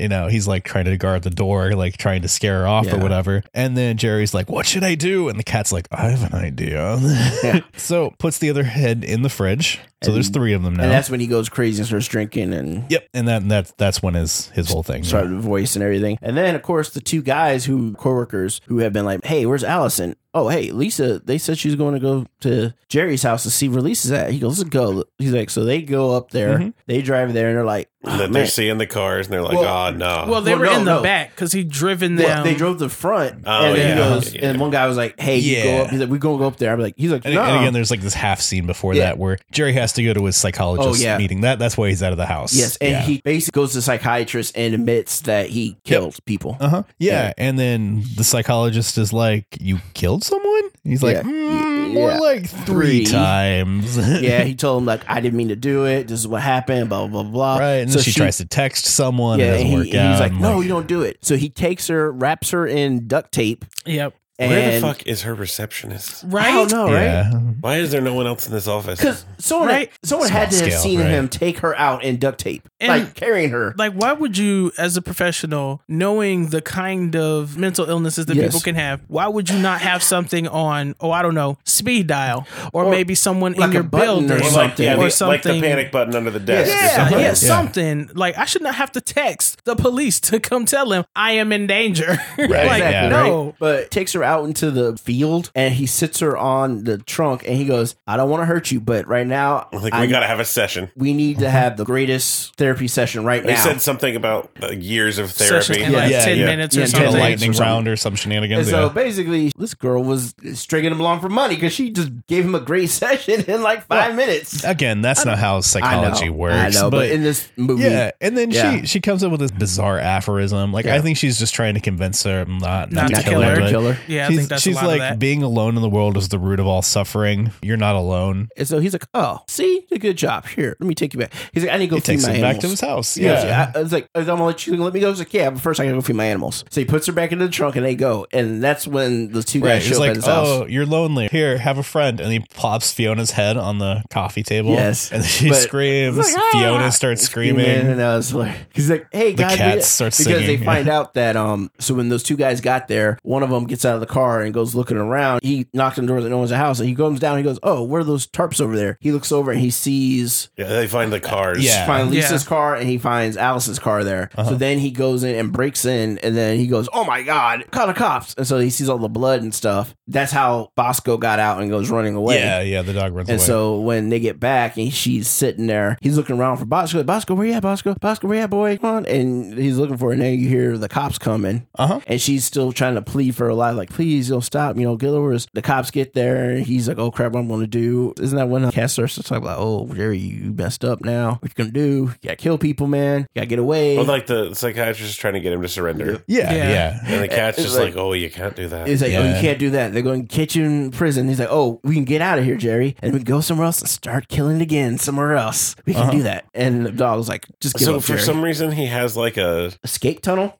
Speaker 2: you know, he's like trying to guard the door, like trying to scare her off or
Speaker 4: Yeah.
Speaker 2: whatever. And then Jerry's like, What should I do? And the cat's like, I have an idea. [LAUGHS] so puts the other head in the fridge. So there's three of them now.
Speaker 4: And that's when he goes crazy and starts drinking and
Speaker 2: yep. And that that that's when his his whole thing.
Speaker 4: started to voice and everything. And then, of course, the two guys who, coworkers who have been like, hey, where's Allison? Oh, hey, Lisa, they said she's going to go to Jerry's house to see where Lisa's at. He goes, let's go. He's like, so they go up there,
Speaker 3: Mm-hmm.
Speaker 2: Mhm.
Speaker 4: they drive there, and they're like,
Speaker 5: And then
Speaker 4: "Oh,
Speaker 5: they're
Speaker 4: man."
Speaker 5: seeing the cars, and they're like,
Speaker 4: Well-
Speaker 5: "Oh no!"
Speaker 3: Well, they
Speaker 4: Well,
Speaker 3: were
Speaker 4: no,
Speaker 3: in the
Speaker 4: no.
Speaker 3: back because he driven
Speaker 4: Well,
Speaker 3: them.
Speaker 4: they drove the front,
Speaker 5: Oh,
Speaker 4: and then
Speaker 3: yeah.
Speaker 4: he
Speaker 2: [LAUGHS]
Speaker 4: goes,
Speaker 5: Yeah.
Speaker 4: and one guy was like, "Hey, you go
Speaker 2: Yeah.
Speaker 4: up." He's like, "We gonna go up there?" I'm like, "He's like,
Speaker 2: And,
Speaker 4: no."
Speaker 2: and again, there's like this half scene before
Speaker 4: Yeah.
Speaker 2: that where Jerry has to go to his psychologist
Speaker 4: Oh, yeah.
Speaker 2: meeting. That that's why he's out of the house.
Speaker 4: Yes, and
Speaker 2: Yeah.
Speaker 4: he basically goes to the psychiatrist and admits that he killed
Speaker 2: [LAUGHS]
Speaker 4: people.
Speaker 2: Uh-huh. Yeah.
Speaker 4: Yeah.
Speaker 2: And then the psychologist is like, You killed someone? He's like,
Speaker 4: Yeah.
Speaker 2: "Mm,
Speaker 4: Y-
Speaker 2: more
Speaker 4: yeah.
Speaker 2: like three,
Speaker 4: Three.
Speaker 2: times. [LAUGHS]
Speaker 4: yeah, he told him like I didn't mean to do it. This is what happened. Blah blah blah.
Speaker 2: right. And
Speaker 4: so
Speaker 2: then she, tries to text someone,
Speaker 4: Yeah,
Speaker 2: it doesn't
Speaker 4: and he,
Speaker 2: work
Speaker 4: he's
Speaker 2: out.
Speaker 4: like,
Speaker 2: I'm
Speaker 4: "No, you don't do it." So he takes her, wraps her in duct tape,
Speaker 3: yep.
Speaker 4: and
Speaker 5: where the fuck is her receptionist?
Speaker 3: Right.
Speaker 4: I don't know, right?
Speaker 2: Yeah.
Speaker 5: Why is there no one else in this office?
Speaker 4: Because someone,
Speaker 3: Right.
Speaker 4: someone had to
Speaker 2: Small
Speaker 4: have
Speaker 2: scale,
Speaker 4: seen
Speaker 2: right.
Speaker 4: him take her out in duct tape,
Speaker 3: And-
Speaker 4: like carrying her.
Speaker 3: Like, why would you, as a professional, knowing the kind of mental illnesses that
Speaker 4: Yes.
Speaker 3: people can have, why would you not have something on, oh, I don't know, speed dial, or,
Speaker 4: Or
Speaker 3: maybe someone
Speaker 4: like
Speaker 3: in
Speaker 4: a
Speaker 3: your
Speaker 4: button or
Speaker 3: building,
Speaker 5: Or
Speaker 4: something.
Speaker 5: like, yeah,
Speaker 3: or
Speaker 5: the, like the
Speaker 3: something-
Speaker 5: panic button under the desk. or
Speaker 4: Yeah,
Speaker 3: Yeah,
Speaker 5: something.
Speaker 3: yeah,
Speaker 4: yeah.
Speaker 3: something like I should not have to text the police to come tell him I am in danger. [LAUGHS] Right, like,
Speaker 2: yeah,
Speaker 3: no,
Speaker 4: right? But takes her out into the field and he sits her on the trunk and he goes, I don't want to hurt you, but right now
Speaker 5: I think
Speaker 4: I-
Speaker 5: we got to have a session.
Speaker 4: we need
Speaker 2: Mm-hmm.
Speaker 4: to have the greatest therapy session right
Speaker 5: They
Speaker 4: now.
Speaker 5: said something about uh, years of
Speaker 3: session
Speaker 5: therapy.
Speaker 3: in like
Speaker 2: Yeah,
Speaker 3: ten
Speaker 2: yeah.
Speaker 3: minutes or
Speaker 4: Yeah,
Speaker 2: Kind
Speaker 4: ten
Speaker 2: of
Speaker 3: something.
Speaker 4: minutes.
Speaker 2: lightning
Speaker 4: or something.
Speaker 2: round or some
Speaker 4: and
Speaker 2: shenanigans.
Speaker 4: so
Speaker 2: yeah.
Speaker 4: basically, this girl was stringing him along for money because she just gave him a great [LAUGHS] session in like five minutes.
Speaker 2: Again, that's not how psychology
Speaker 4: I know,
Speaker 2: works.
Speaker 4: I know, but,
Speaker 2: but
Speaker 4: in this movie,
Speaker 2: yeah, and then
Speaker 4: Yeah.
Speaker 2: she she comes up with this bizarre aphorism. Like
Speaker 4: Yeah.
Speaker 2: I think she's just trying to convince her not
Speaker 3: Not
Speaker 2: not,
Speaker 3: to
Speaker 2: to
Speaker 3: kill
Speaker 2: kill her.
Speaker 3: her.
Speaker 2: but
Speaker 4: killer.
Speaker 3: Yeah, I
Speaker 2: she's
Speaker 3: think that's
Speaker 2: she's
Speaker 3: a lot
Speaker 2: like
Speaker 3: of that.
Speaker 2: being alone in the world is the root of all suffering. You're not alone.
Speaker 4: And so he's like, "Oh, see, Did a good job. Here, let me take you back." He's like, "I need to go
Speaker 2: He
Speaker 4: feed
Speaker 2: takes
Speaker 4: my
Speaker 2: him
Speaker 4: animals."
Speaker 2: back to his house.
Speaker 4: Yeah,
Speaker 2: Yeah,
Speaker 4: I, I was like, I'm gonna let you let me go. I was like, yeah, but first I gotta go feed my animals. So he puts her back into the trunk and they go, and that's when the two guys
Speaker 2: Right.
Speaker 4: show
Speaker 2: He's
Speaker 4: up
Speaker 2: like,
Speaker 4: at his
Speaker 2: oh,
Speaker 4: house.
Speaker 2: you're lonely. Here, have a friend. And he plops Fiona's head on the coffee table.
Speaker 4: Yes.
Speaker 2: And she
Speaker 4: But-
Speaker 2: screams.
Speaker 4: It's like, "Ah!"
Speaker 2: Fiona starts screaming.
Speaker 4: and I was like, he's like, hey,
Speaker 2: The
Speaker 4: guys,
Speaker 2: cat
Speaker 4: we-
Speaker 2: starts
Speaker 4: because
Speaker 2: singing, yeah.
Speaker 4: they find out that um, so when those two guys got there, one of them gets out of of the car and goes looking around. He knocked on doors at no one's house, and he comes down. he goes, "Oh, where are those tarps over there?" He looks over and he sees
Speaker 5: Yeah, they find the cars.
Speaker 2: Yeah. Uh-huh.
Speaker 4: find Lisa's
Speaker 3: Yeah.
Speaker 4: car and he finds Alice's car there. So then he goes in and breaks in, and then he goes, "Oh my god, caught the cops!" And so he sees all the blood and stuff. That's how Bosco got out and goes running away.
Speaker 2: Yeah, yeah, the dog runs
Speaker 4: And
Speaker 2: away.
Speaker 4: so when they get back and she's sitting there, he's looking around for Bosco. Bosco, where you at, Bosco? Bosco, where you at, boy? Come on. And he's looking for her. And then you hear the cops coming.
Speaker 2: Uh-huh.
Speaker 4: And she's still trying to plead for her life, like, please, don't stop. You know, get over us. The cops get there. And he's like, oh, crap, what I'm going to do. Isn't that when Cass starts to talk about, oh, Jerry, you messed up now. What you going to do? You got to kill people, man. You got to get away.
Speaker 5: Well, like the psychiatrist is trying to get him to surrender.
Speaker 2: yeah,
Speaker 3: Yeah.
Speaker 2: Oh, yeah,
Speaker 5: And the cat's
Speaker 4: It's
Speaker 5: just like,
Speaker 4: like-
Speaker 5: oh, you can't do that.
Speaker 4: He's like, oh, you
Speaker 2: Yeah.
Speaker 4: can't do that. They're going to catch you in prison. He's like, oh, we can get out of here, Jerry, and we can go somewhere else and start killing again somewhere else. We can do that. And the dog was like, just give
Speaker 5: So
Speaker 4: up,
Speaker 5: for
Speaker 4: Jerry.
Speaker 5: some reason, he has like a
Speaker 4: escape tunnel.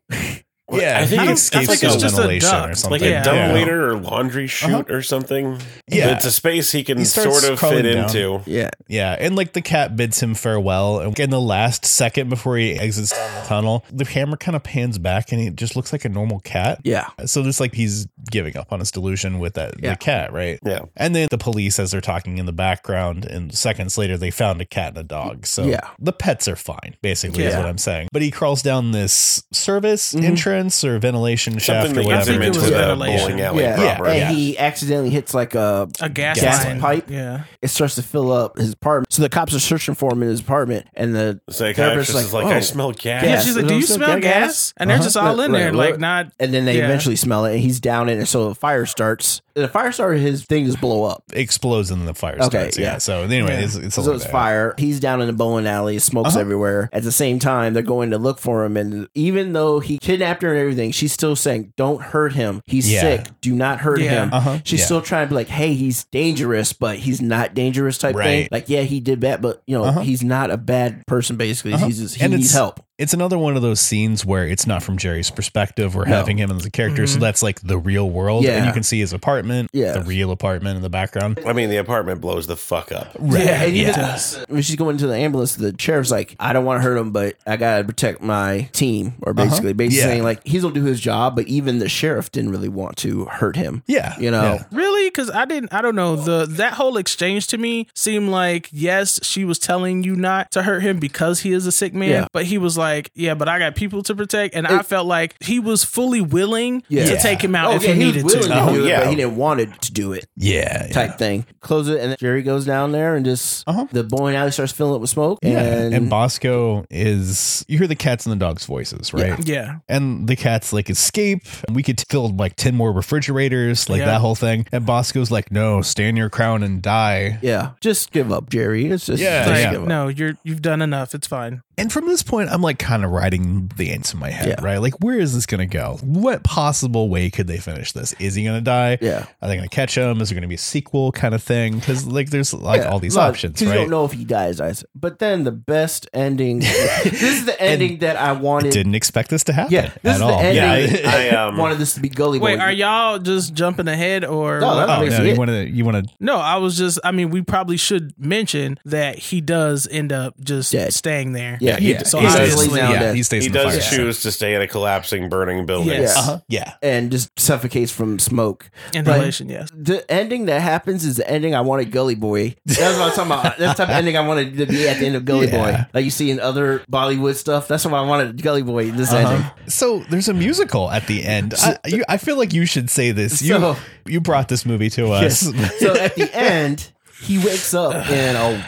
Speaker 2: yeah. I think
Speaker 5: I think
Speaker 3: I
Speaker 2: he
Speaker 3: don't- I
Speaker 2: escapes
Speaker 3: think
Speaker 2: through
Speaker 3: it's just a
Speaker 2: ventilation
Speaker 3: duck,
Speaker 2: or
Speaker 3: like
Speaker 2: something.
Speaker 5: like a
Speaker 3: Yeah.
Speaker 5: dumb
Speaker 2: yeah.
Speaker 5: waiter or laundry chute or something.
Speaker 2: Yeah.
Speaker 5: it's a space he can
Speaker 2: He starts
Speaker 5: sort of fit
Speaker 2: crawling down.
Speaker 5: into.
Speaker 4: Yeah,
Speaker 2: Yeah, and like the cat bids him farewell, and in the last second before he exits down the tunnel, the camera kind of pans back, and he just looks like a normal cat.
Speaker 4: yeah.
Speaker 2: So there's like he's giving up on his delusion with that
Speaker 4: Yeah.
Speaker 2: the cat, right?
Speaker 5: Yeah.
Speaker 2: And then the police, as they're talking in the background, and seconds later, they found a cat and a dog. So
Speaker 4: Yeah.
Speaker 2: the pets are fine, basically, is
Speaker 3: Yeah.
Speaker 2: what I'm saying. But he crawls down this service
Speaker 4: Mhm.
Speaker 2: entrance or ventilation shaft
Speaker 5: Something
Speaker 2: or
Speaker 5: that gets
Speaker 2: whatever.
Speaker 5: him
Speaker 3: I think it
Speaker 5: into
Speaker 3: was
Speaker 5: the
Speaker 3: ventilation.
Speaker 5: bowling alley
Speaker 4: Yeah.
Speaker 2: Yeah.
Speaker 5: proper.
Speaker 4: And
Speaker 2: Yeah.
Speaker 4: he accidentally hits like a.
Speaker 3: A gas,
Speaker 2: Gas
Speaker 3: line.
Speaker 4: pipe.
Speaker 3: Yeah.
Speaker 4: It starts to fill up his apartment. So the cops are searching for him in his apartment, and the
Speaker 5: Psychiatrist
Speaker 4: Therapist's like,
Speaker 5: is like,
Speaker 4: oh.
Speaker 5: I smell gas.
Speaker 3: Yeah,
Speaker 4: Gas.
Speaker 3: she's like, "Do you
Speaker 4: Those are
Speaker 3: smell
Speaker 4: gas?"
Speaker 3: gas?" And they're
Speaker 2: Uh-huh.
Speaker 3: just all in
Speaker 4: Right,
Speaker 3: there,
Speaker 4: right.
Speaker 3: like not.
Speaker 4: and then they
Speaker 3: Yeah.
Speaker 4: eventually smell it, and he's down in it. So the fire starts. The fire started. His thing just blow up.
Speaker 2: Explodes and then the fire
Speaker 4: Okay,
Speaker 2: starts. Yeah.
Speaker 4: yeah.
Speaker 2: So anyway,
Speaker 3: Yeah.
Speaker 2: it's, it's a
Speaker 4: So
Speaker 2: little
Speaker 4: it's
Speaker 2: bit.
Speaker 4: fire. He's down in the bowling alley. Smokes
Speaker 2: Uh-huh.
Speaker 4: everywhere. At the same time, they're going to look for him. And even though he kidnapped her and everything, she's still saying, "Don't hurt him. He's
Speaker 2: Yeah.
Speaker 4: sick. Do not hurt
Speaker 3: Yeah.
Speaker 4: him."
Speaker 2: Uh-huh.
Speaker 4: She's
Speaker 2: Yeah.
Speaker 4: still trying to be like, "Hey, he's dangerous, but he's not dangerous." Type thing.
Speaker 2: Right.
Speaker 4: Like, yeah, he did bad, but you know,
Speaker 2: Uh-huh.
Speaker 4: he's not a bad person. Basically,
Speaker 2: Uh-huh.
Speaker 4: he's just, he
Speaker 2: And
Speaker 4: needs
Speaker 2: it's-
Speaker 4: help.
Speaker 2: it's another one of those scenes where it's not from Jerry's perspective. We're
Speaker 4: No.
Speaker 2: having him as a character, so
Speaker 3: Mhm.
Speaker 2: that's like the real world,
Speaker 4: Yeah.
Speaker 2: and you can see his apartment,
Speaker 4: Yeah.
Speaker 2: the real apartment in the background.
Speaker 5: I mean, the apartment blows the fuck up.
Speaker 2: Right.
Speaker 4: Yeah, and even
Speaker 2: Yeah.
Speaker 4: when she's going to the ambulance, the sheriff's like, "I don't want to hurt him, but I gotta protect my team." Or basically, basically
Speaker 2: Uh-huh. Yeah.
Speaker 4: saying like he's gonna do his job, but even the sheriff didn't really want to hurt him.
Speaker 2: Yeah.
Speaker 4: You know,
Speaker 2: Yeah.
Speaker 3: Really? Because I didn't. I don't know. The that whole exchange to me seemed like yes, she was telling you not to hurt him because he is a sick man.
Speaker 4: Yeah.
Speaker 3: But he was like, yeah, but I got people to protect, and I
Speaker 4: It-
Speaker 3: felt like he was fully willing
Speaker 4: Oh, Yeah.
Speaker 3: to
Speaker 2: Yeah.
Speaker 3: take him out if he,
Speaker 4: was
Speaker 3: needed to.
Speaker 4: willing
Speaker 2: Oh,
Speaker 4: do it,
Speaker 5: yeah.
Speaker 4: but he didn't want it to do it.
Speaker 2: Yeah. yeah.
Speaker 4: Type thing. Close it, and then Jerry goes down there and just
Speaker 2: Uh-huh.
Speaker 4: the bowling alley starts filling up with smoke.
Speaker 2: Yeah.
Speaker 4: and,
Speaker 2: And, Bosco is you hear the cats and the dogs' voices, right?
Speaker 3: Yeah.
Speaker 2: And the cats like escape. We could fill like ten more refrigerators, like
Speaker 3: Yeah.
Speaker 2: that whole thing. And Bosco's like, no, stay in your crown and die.
Speaker 4: yeah, just give up, Jerry. It's just
Speaker 2: Yeah,
Speaker 4: just
Speaker 2: yeah.
Speaker 4: give up.
Speaker 3: No, you're you've done enough. It's fine.
Speaker 2: And from this point, I'm like kind of riding the ants in my head,
Speaker 4: Yeah.
Speaker 2: right? Like, where is this going to go? What possible way could they finish this? Is he going to die?
Speaker 4: Yeah.
Speaker 2: Are they going to catch him? Is there going to be a sequel kind of thing? Because like, there's like all these
Speaker 4: Look,
Speaker 2: options,
Speaker 4: 'cause You
Speaker 2: right?
Speaker 4: don't know if he dies, I said. But then the best ending. [LAUGHS] this is the ending that I wanted.
Speaker 2: Didn't expect this to happen
Speaker 4: Yeah, this is
Speaker 2: at
Speaker 4: the
Speaker 2: all.
Speaker 4: ending.
Speaker 2: Yeah. I-
Speaker 5: I um,
Speaker 4: wanted this to be Gully
Speaker 3: Wait,
Speaker 4: Boy.
Speaker 3: are y'all just jumping ahead or?
Speaker 4: No, that's-
Speaker 2: [LAUGHS] Oh no!
Speaker 4: Basically
Speaker 2: You
Speaker 4: it.
Speaker 2: want to? You want to?
Speaker 3: No, I was just. I mean, we probably should mention that he does end up just
Speaker 4: Dead.
Speaker 3: staying there.
Speaker 4: Yeah, he-
Speaker 2: yeah.
Speaker 4: so
Speaker 2: he stays-
Speaker 4: obviously now
Speaker 2: yeah,
Speaker 4: that-
Speaker 2: he stays.
Speaker 5: he
Speaker 2: in the
Speaker 5: does
Speaker 2: fire.
Speaker 5: choose to stay in a collapsing, burning building.
Speaker 3: Yes.
Speaker 4: Yeah.
Speaker 2: Uh-huh. Yeah.
Speaker 4: and just suffocates from smoke.
Speaker 3: Inhalation. Yes.
Speaker 4: The ending that happens is the ending I wanted Gully Boy. That's what I'm talking about. That's the type of ending I wanted to be at the end of Gully
Speaker 2: Yeah.
Speaker 4: Boy. Like you see in other Bollywood stuff. That's what I wanted Gully Boy, this ending.
Speaker 2: So there's a musical at the end. I, you, I feel like you should say this. You
Speaker 4: So-
Speaker 2: you brought this movie to us.
Speaker 4: so at the end, he wakes up in a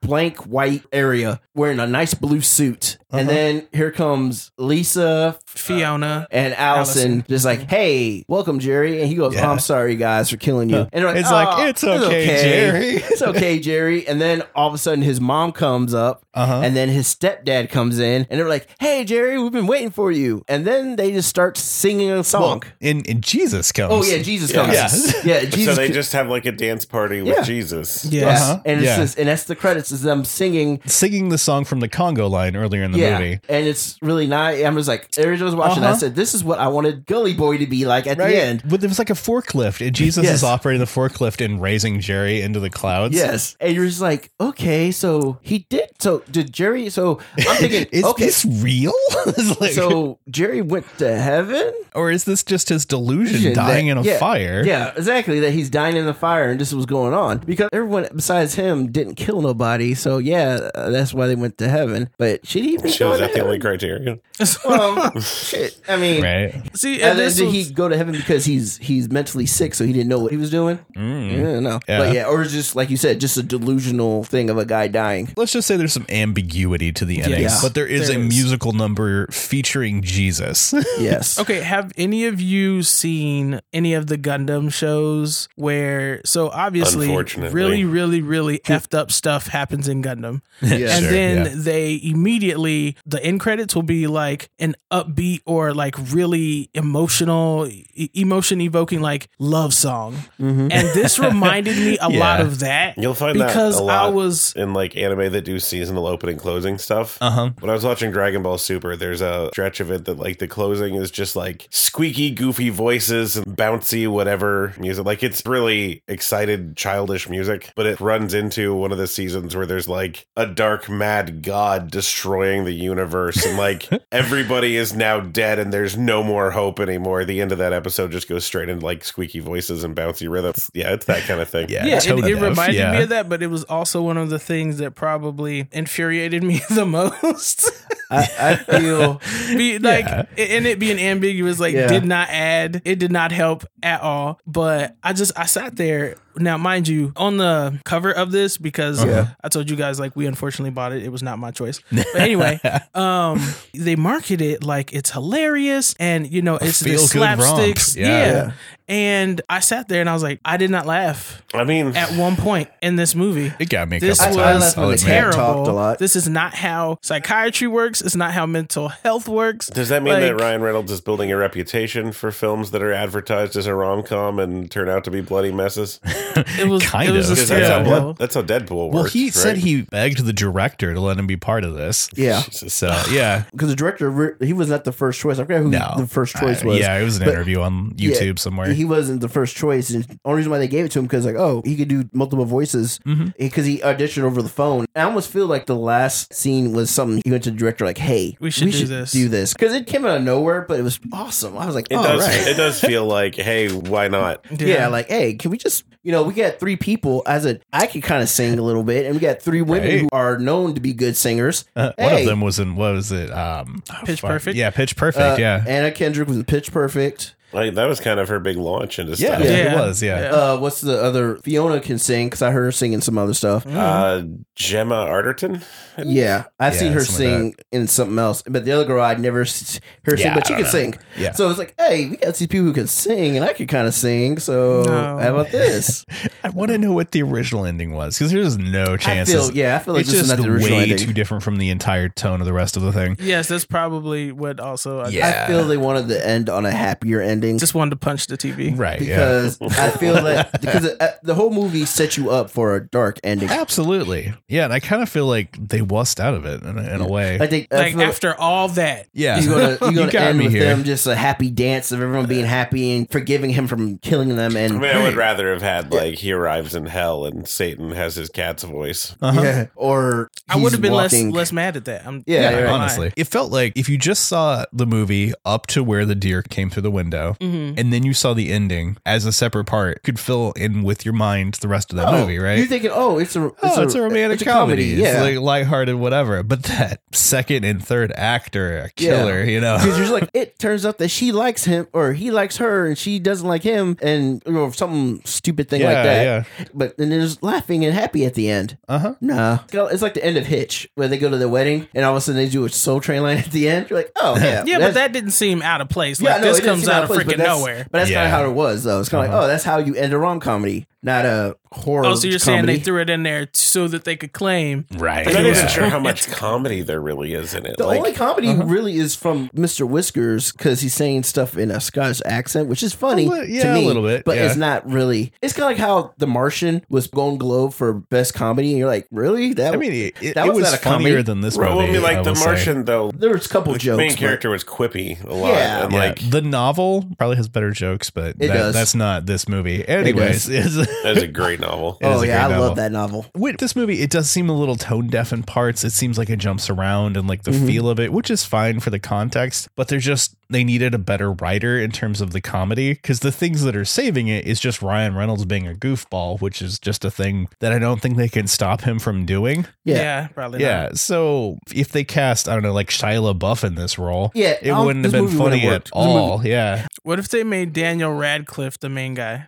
Speaker 4: blank white area wearing a nice blue suit. And then here comes Lisa
Speaker 3: Fiona.
Speaker 4: and Allison,
Speaker 3: Allison.
Speaker 4: just like, hey, welcome, Jerry. And he goes, "Oh,
Speaker 2: Yeah.
Speaker 4: I'm sorry, guys, for killing you. And they're
Speaker 2: It's like,
Speaker 4: "Oh,
Speaker 2: "It's okay, Jerry."
Speaker 4: [LAUGHS] It's okay, Jerry. And then all of a sudden, his mom comes up,
Speaker 2: Uh-huh.
Speaker 4: and then his stepdad comes in, and they're like, hey, Jerry, we've been waiting for you. And then they just start singing a song.
Speaker 2: and, and Jesus comes.
Speaker 4: oh, yeah, Jesus comes. [LAUGHS] Yeah,
Speaker 5: So
Speaker 4: Jesus.
Speaker 5: they
Speaker 4: co-
Speaker 5: just have like a dance party with
Speaker 4: Yeah.
Speaker 5: Jesus.
Speaker 4: yeah.
Speaker 3: Yes.
Speaker 2: Uh-huh.
Speaker 4: And, it's
Speaker 2: Yeah.
Speaker 4: just, and that's the credits is them singing
Speaker 2: singing the song from the Congo line earlier in the
Speaker 4: yeah,
Speaker 2: movie.
Speaker 4: and it's really nice. I'm just like, every time I was watching. I
Speaker 2: Uh-huh.
Speaker 4: said, "This is what I wanted Gully Boy to be like at the end."
Speaker 2: But there was like a forklift, and Jesus
Speaker 4: Yes.
Speaker 2: is operating the forklift and raising Jerry into the clouds.
Speaker 4: Yes. And you're just like, okay, so he did. So did Jerry? So I'm thinking,
Speaker 2: [LAUGHS] Is
Speaker 4: okay,
Speaker 2: this real? [LAUGHS] It's like- [LAUGHS]
Speaker 4: so Jerry went to heaven.
Speaker 2: or is this just his delusion
Speaker 4: Vision
Speaker 2: dying
Speaker 4: that-
Speaker 2: in a
Speaker 4: yeah,
Speaker 2: fire?
Speaker 4: Yeah, exactly. That he's dying in the fire, and this was going on because everyone besides him didn't kill nobody. So yeah, uh, that's why they went to heaven. But should he? Be
Speaker 5: So is
Speaker 4: going
Speaker 5: that
Speaker 4: to
Speaker 5: the only
Speaker 4: heaven?
Speaker 5: criterion?
Speaker 2: [LAUGHS]
Speaker 4: Well, shit. I mean.
Speaker 2: Right.
Speaker 3: See,
Speaker 4: And
Speaker 3: and
Speaker 4: then
Speaker 3: this
Speaker 4: did
Speaker 3: was,
Speaker 4: he go to heaven because he's he's mentally sick, so he didn't know what he was doing?
Speaker 2: Mm.
Speaker 4: Yeah, no,
Speaker 2: Yeah.
Speaker 4: but yeah, or just like you said, just a delusional thing of a
Speaker 2: [LAUGHS]
Speaker 4: guy dying.
Speaker 2: Let's just say there's some ambiguity to the ending,
Speaker 4: Yeah.
Speaker 2: but there is
Speaker 3: There
Speaker 2: a
Speaker 3: is.
Speaker 2: musical number featuring
Speaker 4: [LAUGHS]
Speaker 2: Jesus.
Speaker 4: Yes.
Speaker 3: Okay, have any of you seen any of the Gundam shows where so obviously
Speaker 5: Unfortunately.
Speaker 3: really really really effed up stuff happens in Gundam.
Speaker 4: Yeah.
Speaker 3: and
Speaker 2: Sure,
Speaker 3: then
Speaker 2: yeah.
Speaker 3: they immediately the end credits will be like an upbeat or like really emotional e, emotion evoking like love song
Speaker 2: Mm-hmm.
Speaker 4: Mhm.
Speaker 3: and
Speaker 2: [LAUGHS]
Speaker 3: this reminded me a
Speaker 2: Yeah.
Speaker 3: lot of that
Speaker 5: You'll find
Speaker 3: because
Speaker 5: that a
Speaker 3: i
Speaker 5: lot
Speaker 3: was
Speaker 5: in like anime that do seasonal opening closing stuff.
Speaker 2: Uh
Speaker 4: Uh-huh.
Speaker 2: huh.
Speaker 5: When I was watching Dragon Ball Super, there's a stretch of it that like the closing is just like squeaky, goofy voices and bouncy whatever music. Like it's really excited, childish music, but it runs into one of the seasons where there's like a dark, mad god destroying the universe, and like everybody is now dead, and there's no more hope anymore. The end of that episode just goes straight into like squeaky voices and bouncy rhythms. Yeah, it's that kind of thing.
Speaker 2: Yeah.
Speaker 3: yeah, it,
Speaker 2: tone
Speaker 3: it
Speaker 2: deaf,
Speaker 3: reminded
Speaker 2: yeah.
Speaker 3: me of that, but it was also one of the things that probably infuriated me [LAUGHS] the most.
Speaker 4: [LAUGHS] I, I feel
Speaker 3: [LAUGHS] Be, like, and it being ambiguous, like,
Speaker 4: Yeah.
Speaker 3: did not add, it did not help at all. But I just, I sat there. Now, mind you, on the cover of this, because
Speaker 2: Uh-huh. Yeah.
Speaker 3: I told you guys, like, we unfortunately bought it. It was not my choice. But
Speaker 2: [LAUGHS]
Speaker 3: anyway, um, they market it like it's hilarious and, you know, it's the
Speaker 2: feel-good romp.
Speaker 3: slapsticks.
Speaker 2: Yeah.
Speaker 3: yeah. And I sat there and I was like, I did not laugh
Speaker 5: I mean,
Speaker 3: at one point in this movie.
Speaker 2: It got me a
Speaker 3: This
Speaker 2: couple
Speaker 3: was
Speaker 2: times. Oh,
Speaker 4: laughed when
Speaker 2: I'll
Speaker 4: the
Speaker 2: admit.
Speaker 4: cat
Speaker 3: terrible.
Speaker 4: talked a lot.
Speaker 3: This is not how psychiatry works. It's not how mental health works.
Speaker 5: Does that mean that
Speaker 3: Like-
Speaker 5: Ryan Reynolds is building a reputation for films that are advertised as a rom com and turn out to be bloody messes?
Speaker 3: It was
Speaker 2: Kind
Speaker 3: it was
Speaker 2: of,
Speaker 3: just
Speaker 5: Because
Speaker 2: yeah.
Speaker 5: that's, how,
Speaker 3: terrible.
Speaker 5: blood- that's how Deadpool works.
Speaker 2: Well, he
Speaker 5: right?
Speaker 2: said he begged the director to let him be part of this.
Speaker 4: yeah,
Speaker 2: So yeah,
Speaker 4: because the director re- he was not the first choice. I forget who
Speaker 2: No.
Speaker 4: the first choice
Speaker 2: Uh,
Speaker 4: was.
Speaker 2: yeah, it was an
Speaker 4: But-
Speaker 2: interview on
Speaker 4: Yeah,
Speaker 2: YouTube somewhere.
Speaker 4: He wasn't the first choice, and the only reason why they gave it to him because like, oh, he could do multiple voices
Speaker 2: Mhm.
Speaker 4: because he auditioned over the phone. I almost feel like the last scene was something he went to the director like, hey,
Speaker 3: We should do this.
Speaker 4: do this because it came out of nowhere, but it was awesome. I was like,
Speaker 5: It
Speaker 2: Oh,
Speaker 4: all right,
Speaker 5: does.
Speaker 2: [LAUGHS]
Speaker 5: It does feel like, hey, why not?
Speaker 4: Yeah. like, hey, can we just, you know, we got three people as a, I could kind of sing a little bit, and we got three women
Speaker 2: Right.
Speaker 4: who are known to be good singers.
Speaker 2: Uh, One
Speaker 4: Hey.
Speaker 2: of them was in what was it? Um, oh,
Speaker 3: Pitch
Speaker 2: fuck.
Speaker 3: Perfect?
Speaker 2: Yeah, Pitch Perfect.
Speaker 4: Uh,
Speaker 2: yeah.
Speaker 4: Anna Kendrick was Pitch Perfect.
Speaker 5: Like that was kind of her big launch into
Speaker 2: yeah,
Speaker 5: stuff.
Speaker 2: yeah,
Speaker 3: Yeah.
Speaker 2: it was. Yeah,
Speaker 4: Uh, what's the other? Fiona can sing because I heard her singing some other stuff.
Speaker 5: Uh, Gemma Arterton.
Speaker 4: Yeah, I've
Speaker 2: Yeah,
Speaker 4: seen her
Speaker 2: something like
Speaker 4: sing in something else, but the other girl I'd never s- heard sing,
Speaker 2: Yeah,
Speaker 4: but she
Speaker 2: I
Speaker 4: could
Speaker 2: don't
Speaker 4: sing.
Speaker 2: Yeah.
Speaker 4: So it's like, hey, we got these people who can sing, and I could kind of sing. So
Speaker 3: No.
Speaker 4: how
Speaker 2: [LAUGHS]
Speaker 4: about this?
Speaker 2: I want to know what the original ending was because there's no chances.
Speaker 4: I feel, yeah, I feel like
Speaker 2: it's
Speaker 4: this is
Speaker 2: just
Speaker 4: not the
Speaker 2: way
Speaker 4: original ending.
Speaker 2: too different from the entire tone of the rest of the thing.
Speaker 3: yes, that's probably what also I
Speaker 4: I feel they wanted to end on a happier ending.
Speaker 3: just wanted to punch the TV.
Speaker 2: right. Yeah,
Speaker 4: because I feel
Speaker 2: [LAUGHS]
Speaker 4: that because uh, the whole movie set you up for a dark ending.
Speaker 2: absolutely. Yeah, and I kind of feel like they wussed out of it in, a- in a way.
Speaker 4: I think I
Speaker 3: Like
Speaker 4: feel
Speaker 3: after all that.
Speaker 2: yeah,
Speaker 4: you're
Speaker 2: [LAUGHS]
Speaker 3: [LAUGHS]
Speaker 4: gonna, you're
Speaker 2: You
Speaker 4: gonna
Speaker 2: got
Speaker 4: end
Speaker 2: me
Speaker 4: with
Speaker 2: here.
Speaker 4: them just a happy dance of everyone being happy and forgiving him from killing them and
Speaker 5: I mean, I would rather have had like he arrives in hell and Satan has his cat's voice.
Speaker 2: Uh-huh.
Speaker 4: yeah, or
Speaker 3: I would have been less
Speaker 4: walking-
Speaker 3: less mad at that. I'm
Speaker 4: Yeah,
Speaker 3: not
Speaker 4: yeah,
Speaker 3: gonna lie.
Speaker 2: honestly. It felt like if you just saw the movie up to where the deer came through the window
Speaker 3: Mhm.
Speaker 2: and then you saw the ending as a separate part, you could fill in with your mind the rest of that
Speaker 4: Oh,
Speaker 2: movie, right?
Speaker 4: You're thinking, oh, it's a it's,
Speaker 2: oh, it's a romantic
Speaker 4: it's a
Speaker 2: comedy.
Speaker 4: yeah. [LAUGHS]
Speaker 2: It's like lighthearted, whatever. But that second and third actor, are killer, you know.
Speaker 4: because you're just like, it turns out that she likes him or he likes her and she doesn't like him and you know, some stupid thing like
Speaker 2: Yeah,
Speaker 4: that.
Speaker 2: yeah.
Speaker 4: But then there's laughing and happy at the end.
Speaker 2: Uh huh.
Speaker 4: Nah. It's like the end of Hitch, where they go to the wedding and all of a sudden they do a soul train line at the end. You're like,
Speaker 2: [LAUGHS]
Speaker 4: oh,
Speaker 3: Yeah,
Speaker 4: yeah. that's-
Speaker 3: but that didn't seem out of place.
Speaker 4: yeah,
Speaker 3: Like
Speaker 4: no, it
Speaker 3: this
Speaker 4: didn't
Speaker 3: comes
Speaker 4: seem
Speaker 3: out of
Speaker 4: place, but
Speaker 3: freaking
Speaker 4: that's-
Speaker 3: nowhere.
Speaker 4: But that's kind
Speaker 2: Yeah. Uh-huh.
Speaker 4: of how it was, though. It's kind of like, oh, that's how you end a rom comedy, not a horror.
Speaker 3: Oh, so you're saying
Speaker 4: comedy.
Speaker 3: they threw it in there so that they could claim
Speaker 2: Right.
Speaker 5: I'm not
Speaker 2: [LAUGHS]
Speaker 5: even
Speaker 2: Yeah.
Speaker 5: sure how much comedy there really is in it.
Speaker 4: The
Speaker 5: like,
Speaker 4: only comedy
Speaker 2: uh-huh.
Speaker 4: really is from Mr. Whiskers because he's saying stuff in a Scottish accent, which is funny
Speaker 2: A li-
Speaker 4: to
Speaker 2: yeah,
Speaker 4: me,
Speaker 2: a little bit,
Speaker 4: but
Speaker 2: yeah.
Speaker 4: it's not really. It's kind of like how The Martian was Golden Globe for best comedy, and you're like, really? That
Speaker 2: I mean, it, it,
Speaker 4: That
Speaker 2: it
Speaker 4: was
Speaker 2: was,
Speaker 4: not a comedy.
Speaker 2: funnier than this movie.
Speaker 5: well, I mean,
Speaker 2: I
Speaker 5: like The
Speaker 2: will say.
Speaker 5: Martian though.
Speaker 4: there was a couple
Speaker 5: The
Speaker 4: jokes.
Speaker 5: main
Speaker 4: but-
Speaker 5: character was quippy a lot.
Speaker 4: Yeah.
Speaker 5: and
Speaker 2: Yeah,
Speaker 5: like
Speaker 2: the novel probably has better jokes, but
Speaker 4: It
Speaker 2: that,
Speaker 4: does.
Speaker 2: that's not this movie. Anyways,
Speaker 4: does.
Speaker 2: it's- [LAUGHS]
Speaker 5: That's a great great novel.
Speaker 2: It is
Speaker 4: oh
Speaker 2: a
Speaker 4: yeah, I
Speaker 2: great novel.
Speaker 4: love that novel.
Speaker 2: With this movie, it does seem a little tone deaf in parts. It seems like it jumps around and like the
Speaker 4: Mhm.
Speaker 2: feel of it, which is fine for the context, but they're just, they needed a better writer in terms of the comedy because the things that are saving it is just Ryan Reynolds being a goofball, which is just a thing that I don't think they can stop him from doing.
Speaker 4: Yeah.
Speaker 3: probably. not.
Speaker 2: Yeah. So if they cast, I don't know, like Shia LaBeouf in this role,
Speaker 4: Yeah,
Speaker 2: it
Speaker 4: um,
Speaker 2: wouldn't have
Speaker 4: this
Speaker 2: been
Speaker 4: movie wouldn't
Speaker 2: funny
Speaker 4: have
Speaker 2: at
Speaker 4: worked. This movie-
Speaker 2: all. Yeah.
Speaker 3: What if they made Daniel Radcliffe the main guy?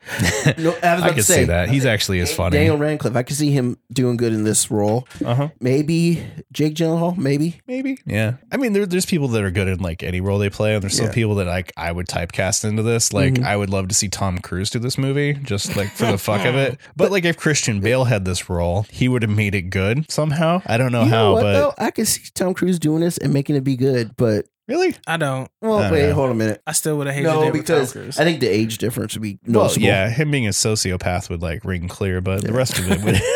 Speaker 4: No, I, was
Speaker 2: I
Speaker 4: about to
Speaker 2: could
Speaker 4: say uh,
Speaker 2: see that. He's actually is funny.
Speaker 4: Daniel Radcliffe. I could see him doing good in this role.
Speaker 2: uh huh.
Speaker 4: Maybe Jake Gyllenhaal. Maybe.
Speaker 2: maybe. Yeah. I mean, there, there's people that are good in like any role they play, and there's some
Speaker 4: Yeah. Mm-hmm.
Speaker 2: people that like I would typecast into this. Like, I would love to see Tom Cruise do this movie, just like
Speaker 4: [LAUGHS]
Speaker 2: for the fuck of it. But like, if Christian Bale had this role, he would have made it good somehow. I don't know
Speaker 4: you
Speaker 2: how,
Speaker 4: know what
Speaker 2: but
Speaker 4: though? I could see Tom Cruise doing this and making it be good, but
Speaker 2: really,
Speaker 3: I don't.
Speaker 4: well,
Speaker 2: I don't
Speaker 4: wait,
Speaker 2: know.
Speaker 4: hold a minute.
Speaker 3: I still would have hated
Speaker 4: No,
Speaker 3: it with
Speaker 4: because I
Speaker 3: Tom Cruise.
Speaker 4: think the age difference would be
Speaker 2: well,
Speaker 4: noticeable.
Speaker 2: yeah, him being a sociopath would like ring clear, but the
Speaker 4: Yeah.
Speaker 2: rest of it
Speaker 4: [LAUGHS]
Speaker 2: would. [LAUGHS]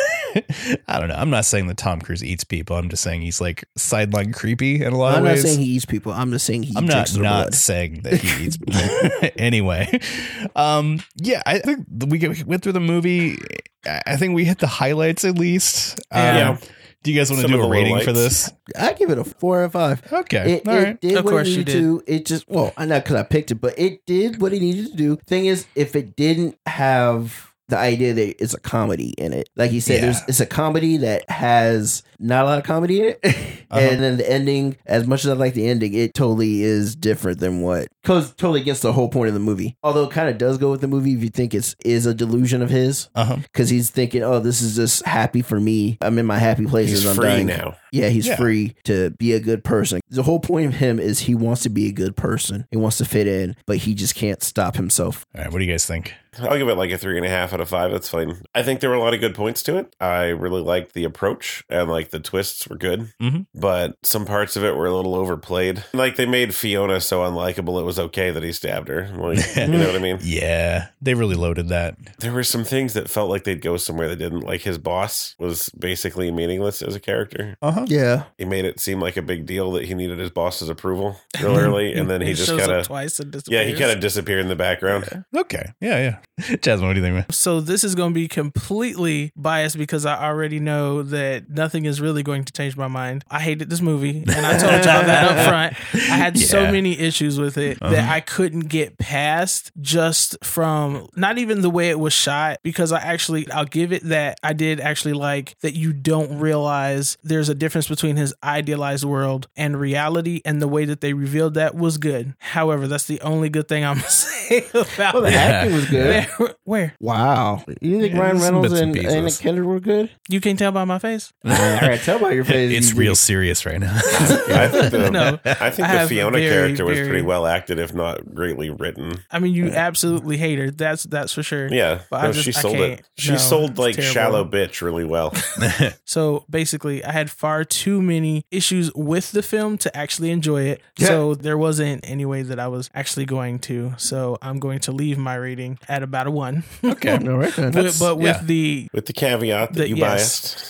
Speaker 2: I don't know. I'm not saying that Tom Cruise eats people. I'm just saying he's like sideline creepy in a lot
Speaker 4: I'm
Speaker 2: of
Speaker 4: not
Speaker 2: ways.
Speaker 4: saying he eats people. I'm just saying he
Speaker 2: I'm
Speaker 4: drinks
Speaker 2: not
Speaker 4: their
Speaker 2: not
Speaker 4: blood.
Speaker 2: saying that he eats.
Speaker 3: [LAUGHS]
Speaker 2: anyway, um, yeah, I think we get- went through the movie. I I think we hit the highlights at least.
Speaker 3: Yeah.
Speaker 2: Um, do you guys want to
Speaker 5: Some
Speaker 2: do
Speaker 5: of
Speaker 2: a
Speaker 5: the
Speaker 2: rating for
Speaker 5: lowlights.
Speaker 2: this?
Speaker 4: I give it a four out of five.
Speaker 2: Okay,
Speaker 4: It,
Speaker 2: all
Speaker 4: it
Speaker 2: right.
Speaker 4: did
Speaker 3: Of
Speaker 4: what
Speaker 3: course
Speaker 4: it
Speaker 3: you
Speaker 4: needed
Speaker 3: did.
Speaker 4: to. It just well, I not because I picked it, but it did what it needed to do. Thing is, if it didn't have the idea that it's a comedy in it, like you said,
Speaker 2: Yeah.
Speaker 4: there's, it's a comedy that has not a lot of comedy in it, [LAUGHS]
Speaker 2: Uh-huh.
Speaker 4: and then the ending. As much as I like the ending, it totally is different than what goes totally against the whole point of the movie. Although it kind of does go with the movie if you think it's is a delusion of his
Speaker 2: Uh huh.
Speaker 4: because he's thinking, oh, this is just happy for me. I'm in my happy places.
Speaker 5: He's
Speaker 4: I'm
Speaker 5: free
Speaker 4: dying.
Speaker 5: now.
Speaker 4: Yeah, he's
Speaker 2: Yeah.
Speaker 4: free to be a good person. The whole point of him is he wants to be a good person. He wants to fit in, but he just can't stop himself.
Speaker 2: All right. What do you guys think?
Speaker 5: I'll give it like a three and a half out of five. That's fine. I think there were a lot of good points to it. I really liked the approach and like the twists were good,
Speaker 2: Mhm.
Speaker 5: but some parts of it were a little overplayed. Like they made Fiona so unlikable, it was okay that he stabbed her. Like, you know what I mean?
Speaker 2: Yeah, they really loaded that.
Speaker 5: There were some things that felt like they'd go somewhere they didn't. Like his boss was basically meaningless as a character.
Speaker 2: Uh huh.
Speaker 4: Yeah.
Speaker 5: He made it seem like a big deal that he needed his boss's approval real early, and then he just
Speaker 3: shows
Speaker 5: kind
Speaker 3: up
Speaker 5: of
Speaker 3: twice and
Speaker 5: yeah,
Speaker 3: disappears.
Speaker 5: he kind of disappeared in the background.
Speaker 2: Okay. Yeah, yeah. [LAUGHS] Jasmine, what do you think, man?
Speaker 3: So this is going to be completely biased because I already know that nothing is really going to change my mind. I hated this movie, and I told y'all that up front. I had so
Speaker 2: Yeah.
Speaker 3: many issues with it that
Speaker 2: Uh-huh.
Speaker 3: I couldn't get past just from not even the way it was shot because I actually I'll give it that I did actually like that you don't realize there's a difference between his idealized world and reality and the way that they revealed that was good. However, that's the only good thing I'm [LAUGHS] gonna say about
Speaker 4: Well, the
Speaker 3: that.
Speaker 4: acting was good.
Speaker 3: Where- Where?
Speaker 4: Wow. You think
Speaker 2: Yeah,
Speaker 4: Ryan
Speaker 2: some
Speaker 4: Reynolds
Speaker 2: bits and
Speaker 4: and,
Speaker 2: pieces.
Speaker 4: Anna Kendrick were good?
Speaker 3: You can't tell by my face.
Speaker 4: I gotta tell by your face.
Speaker 2: It's
Speaker 4: you
Speaker 2: real
Speaker 4: did.
Speaker 2: serious right now.
Speaker 5: I think
Speaker 2: Oh. [LAUGHS]
Speaker 3: [LAUGHS]
Speaker 5: the,
Speaker 3: No.
Speaker 5: [LAUGHS] I think
Speaker 3: I
Speaker 5: the
Speaker 3: have
Speaker 5: Fiona
Speaker 3: very,
Speaker 5: character was
Speaker 3: very-
Speaker 5: pretty well acted, if not greatly written.
Speaker 3: I mean, you absolutely hate her. That's that's for sure.
Speaker 5: Yeah,
Speaker 3: But I
Speaker 5: no,
Speaker 3: just-
Speaker 5: she
Speaker 3: I
Speaker 5: sold
Speaker 3: can't.
Speaker 5: it. She
Speaker 3: No,
Speaker 5: sold
Speaker 3: it's
Speaker 5: like
Speaker 3: terrible.
Speaker 5: shallow bitch
Speaker 3: [LAUGHS]
Speaker 5: really well.
Speaker 3: So basically, I had far too many issues with the film to actually enjoy it.
Speaker 4: Yeah.
Speaker 3: So there wasn't any way that I was actually going to. So I'm going to leave my rating at about a one.
Speaker 2: okay.
Speaker 4: All right, then.
Speaker 3: but, but with
Speaker 2: yeah.
Speaker 3: the
Speaker 5: With the caveat that,
Speaker 3: That-
Speaker 5: you
Speaker 3: yes.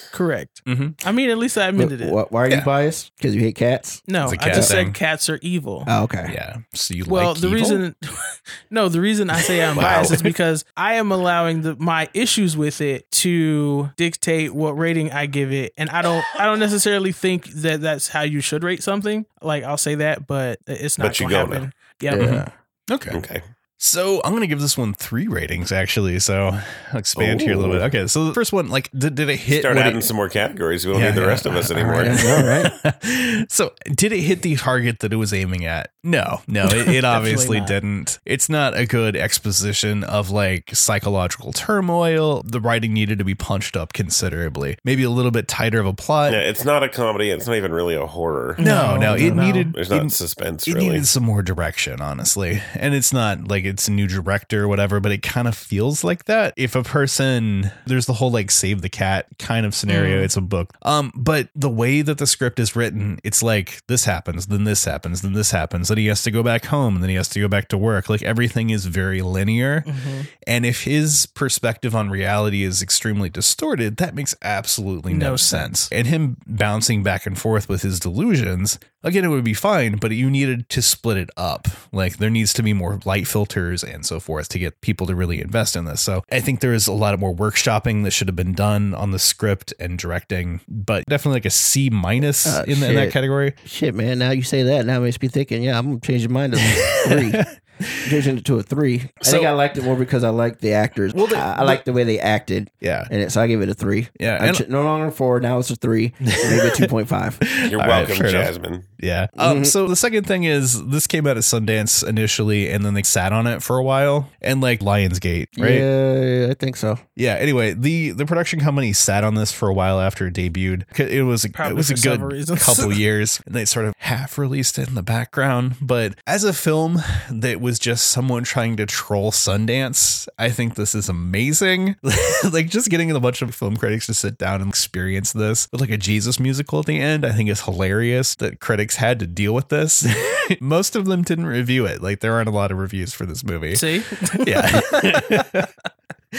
Speaker 5: biased.
Speaker 3: correct.
Speaker 2: Mhm.
Speaker 3: I mean, at least I admitted it.
Speaker 4: Why, why are
Speaker 2: Yeah.
Speaker 4: you biased? Because you hate cats?
Speaker 3: No,
Speaker 2: It's a
Speaker 3: I
Speaker 2: cat
Speaker 3: just
Speaker 2: thing.
Speaker 3: said cats are evil.
Speaker 4: Oh, okay.
Speaker 2: [LAUGHS] Yeah. So you
Speaker 3: Well,
Speaker 2: like
Speaker 3: the
Speaker 2: evil?
Speaker 3: reason [LAUGHS] no, the reason I say I'm
Speaker 5: Wow.
Speaker 3: biased is because I am allowing the, my issues with it to dictate what rating I give it, and I don't I don't necessarily think that that's how you should rate something. Like I'll say that, but it's not
Speaker 5: But you
Speaker 3: going to
Speaker 5: go
Speaker 3: happen. Yeah.
Speaker 4: Yeah.
Speaker 2: Mm-hmm. Okay.
Speaker 5: Okay.
Speaker 2: So I'm gonna give this one three ratings actually. So I'll expand here a little bit.
Speaker 5: Ooh.
Speaker 2: Okay, so the first one, like, did, did it hit?
Speaker 5: Start
Speaker 2: what
Speaker 5: adding
Speaker 2: it-
Speaker 5: some more categories. We don't
Speaker 2: Yeah,
Speaker 5: need the
Speaker 2: yeah.
Speaker 5: rest of us anymore.
Speaker 4: All right. All right.
Speaker 2: [LAUGHS] so did it hit the target that it was aiming at? No, no, it, it obviously
Speaker 3: not.
Speaker 2: didn't. It's not a good exposition of like psychological turmoil. The writing needed to be punched up considerably. Maybe a little bit tighter of a plot.
Speaker 5: [LAUGHS] Yeah, it's not a comedy. It's not even really a horror.
Speaker 2: No, no,
Speaker 3: No,
Speaker 2: it
Speaker 3: no.
Speaker 2: needed.
Speaker 5: There's not
Speaker 2: it-
Speaker 5: suspense
Speaker 2: it
Speaker 5: really.
Speaker 2: needed some more direction, honestly. And it's not like it's a new director or whatever, but it kind of feels like that. If a person, there's the whole like save the cat kind of scenario.
Speaker 3: Mm.
Speaker 2: It's a book. Um, but the way that the script is written, it's like this happens, then this happens, then this happens, then he has to go back home, and then he has to go back to work. Like everything is very linear.
Speaker 3: Mhm.
Speaker 2: And if his perspective on reality is extremely distorted, that makes absolutely no,
Speaker 3: No
Speaker 2: sense. And him bouncing back and forth with his delusions Again, it would be fine, but you needed to split it up. Like there needs to be more light filters and so forth to get people to really invest in this. So I think there is a lot of more workshopping that should have been done on the script and directing, but definitely like a C minus
Speaker 4: Ah,
Speaker 2: in, the, in that
Speaker 4: shit.
Speaker 2: category.
Speaker 4: Shit, man. Now you say that. Now it makes me thinking. Yeah, I'm gonna change my mind to three. I'm Changing it to a three. I
Speaker 2: So-
Speaker 4: think I liked it more because I liked the actors.
Speaker 2: Well, the-
Speaker 4: I, I liked the way they acted,
Speaker 2: [LAUGHS] Yeah.
Speaker 4: and it, so I gave it a three.
Speaker 2: Yeah.
Speaker 4: I'm
Speaker 2: and-
Speaker 4: ch- no longer a four. Now it's
Speaker 2: [LAUGHS]
Speaker 4: a three. Maybe a two point five.
Speaker 5: You're
Speaker 2: All right,
Speaker 5: welcome,
Speaker 2: fair enough.
Speaker 5: Jasmine.
Speaker 2: Yeah. Um,
Speaker 4: Mhm.
Speaker 2: So the second thing is this came out at Sundance initially, and then they sat on it for a while, and like Lionsgate, [LAUGHS] right?
Speaker 4: Yeah, I think so.
Speaker 2: Yeah. Anyway, the the production company sat on this for a while after it debuted. 'Cause It was a,
Speaker 3: Probably
Speaker 2: it was a
Speaker 3: for several
Speaker 2: good
Speaker 3: reasons. [LAUGHS]
Speaker 2: couple years, and they sort of half released it in the background. But as a film that was just someone trying to troll Sundance, I think this is amazing. [LAUGHS] like just getting a bunch of film critics to sit down and experience this with like a Jesus musical at the end, I think is hilarious that critics had to deal with this. [LAUGHS] Most of them didn't review it. Like there aren't a lot of reviews for this movie
Speaker 3: See?
Speaker 2: yeah. [LAUGHS]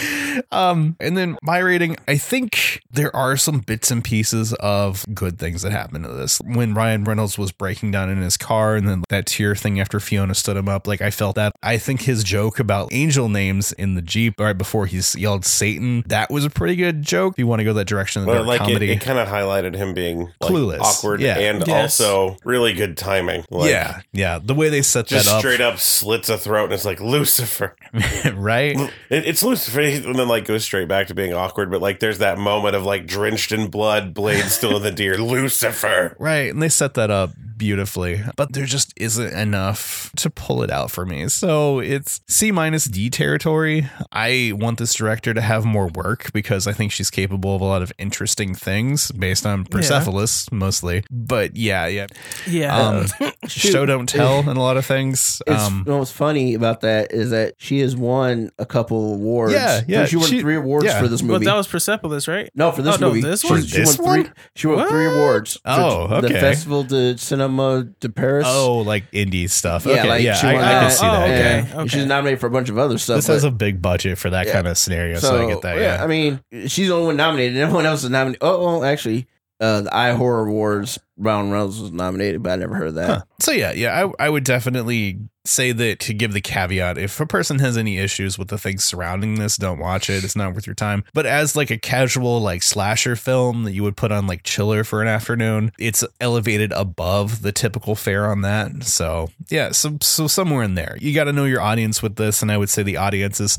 Speaker 2: um, and then my rating, I think there are some bits and pieces of good things that happened to this. When Ryan Reynolds was breaking down in his car and then that tear thing after Fiona stood him up, like I felt that. I think his joke about angel names in the Jeep right before he yelled Satan, that was a pretty good joke. If you want to go that direction in
Speaker 5: Well,
Speaker 2: dark
Speaker 5: like it-
Speaker 2: comedy.
Speaker 5: it, kind of highlighted him being like,
Speaker 2: Clueless.
Speaker 5: awkward,
Speaker 2: Yeah.
Speaker 5: and
Speaker 3: Yes.
Speaker 5: also really good timing. Like,
Speaker 2: yeah, yeah. The way they set
Speaker 5: just
Speaker 2: that up,
Speaker 5: straight up slits a throat and it's like Lucifer.
Speaker 2: [LAUGHS] right?
Speaker 5: It, it's Lucifer, and then like goes straight back to being awkward. But like, there's that moment of like drenched in blood, blade still in the deer, [LAUGHS] Lucifer.
Speaker 2: Right. And they set that up beautifully, but there just isn't enough to pull it out for me. So it's C minus D territory. I want this director to have more work because I think she's capable of a lot of interesting things based on Persepolis mostly. But yeah, yeah.
Speaker 3: [LAUGHS] Yeah. [LAUGHS]
Speaker 2: Um, show don't tell and a lot of things.
Speaker 4: It's,
Speaker 2: Um,
Speaker 4: what's funny about that is that she has won a couple awards.
Speaker 2: Yeah, yeah,
Speaker 4: She won
Speaker 2: she-
Speaker 4: three awards
Speaker 2: yeah.
Speaker 4: for this
Speaker 3: but
Speaker 4: movie.
Speaker 3: that was Persepolis, right?
Speaker 4: no, for this
Speaker 3: Oh, no,
Speaker 4: movie.
Speaker 3: this
Speaker 4: She-
Speaker 3: one?
Speaker 4: She,
Speaker 2: This
Speaker 4: won three.
Speaker 2: one?
Speaker 4: She won three
Speaker 3: What?
Speaker 4: awards. for
Speaker 2: Oh,
Speaker 4: The
Speaker 2: okay.
Speaker 4: Festival de Cinema de Paris.
Speaker 2: oh, like indie stuff.
Speaker 4: Yeah,
Speaker 2: okay,
Speaker 4: like
Speaker 2: yeah,
Speaker 4: she
Speaker 2: I,
Speaker 4: won
Speaker 2: I can
Speaker 4: that.
Speaker 2: see
Speaker 3: Oh,
Speaker 2: that.
Speaker 3: okay.
Speaker 2: yeah.
Speaker 4: And She's nominated for a bunch of other stuff.
Speaker 2: This has
Speaker 4: but-
Speaker 2: a big budget for that
Speaker 4: Yeah.
Speaker 2: kind of scenario, so, I get that. Yeah,
Speaker 4: I mean, she's the only one nominated. No one else is nominated. Oh, well, actually, uh, the I Horror Awards, Brown Reynolds was nominated, but I never heard of that.
Speaker 2: Huh. So yeah, yeah, I, I would definitely say that to give the caveat, if a person has any issues with the things surrounding this, don't watch it. It's not worth your time. But as like a casual like slasher film that you would put on like chiller for an afternoon, it's elevated above the typical fare on that. So yeah, so so somewhere in there, you got to know your audience with this, and I would say the audience is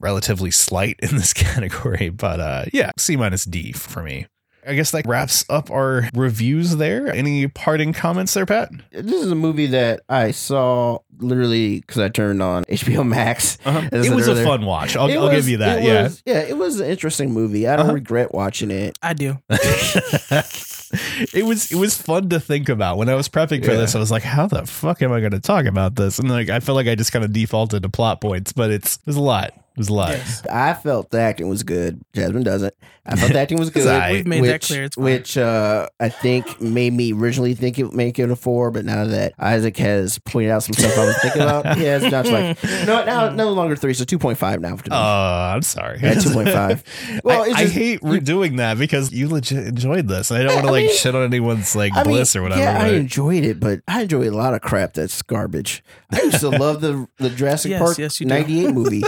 Speaker 2: relatively slight in this [LAUGHS] category. But uh, yeah, C minus D for me. I guess that wraps up our reviews there. Any parting comments there, Pat?
Speaker 4: This is a movie that I saw literally because I turned on [LAUGHS] HBO Max.
Speaker 2: Uh-huh.
Speaker 4: As I
Speaker 2: It
Speaker 4: said
Speaker 2: was a
Speaker 4: earlier.
Speaker 2: fun watch. I'll,
Speaker 4: It
Speaker 2: I'll
Speaker 4: was-
Speaker 2: give you that.
Speaker 4: it
Speaker 2: Yeah.
Speaker 4: was- yeah, it was an interesting movie. I don't
Speaker 2: Uh-huh.
Speaker 4: regret watching it.
Speaker 3: I do.
Speaker 2: [LAUGHS] it was it was fun to think about. When I was prepping for
Speaker 4: Yeah.
Speaker 2: this, I was like, "How the fuck am I going to talk about this?" And like, I feel like I just kind of defaulted to plot points, but it's it was a lot. It was a lot.
Speaker 3: Yes.
Speaker 4: I felt the acting was good. Jasmine doesn't. I felt the acting
Speaker 2: [LAUGHS]
Speaker 4: was
Speaker 2: It's
Speaker 4: good.
Speaker 2: all right.
Speaker 3: We've made that clear. It's fine.
Speaker 4: which uh, I think made me originally think it would make it a four, but now that Isaac has pointed out some stuff I was thinking about, yeah, it's not like
Speaker 3: [LAUGHS]
Speaker 4: no, now no longer three, so two point five now. For me.
Speaker 2: Oh, I'm sorry.
Speaker 4: Yeah, 2.5.
Speaker 2: Well, [LAUGHS]
Speaker 4: Well,
Speaker 2: I,
Speaker 4: it's
Speaker 2: I
Speaker 4: just-
Speaker 2: hate redoing that because you legit enjoyed this. And I don't want to like
Speaker 4: mean-
Speaker 2: shit on anyone's like
Speaker 4: I mean,
Speaker 2: bliss or whatever.
Speaker 4: yeah, I
Speaker 2: but-
Speaker 4: enjoyed it, but I enjoy a lot of crap that's garbage. I used to love the the
Speaker 5: [LAUGHS]
Speaker 4: Jurassic
Speaker 3: Yes,
Speaker 4: Park
Speaker 3: yes, you do.
Speaker 4: '98 movie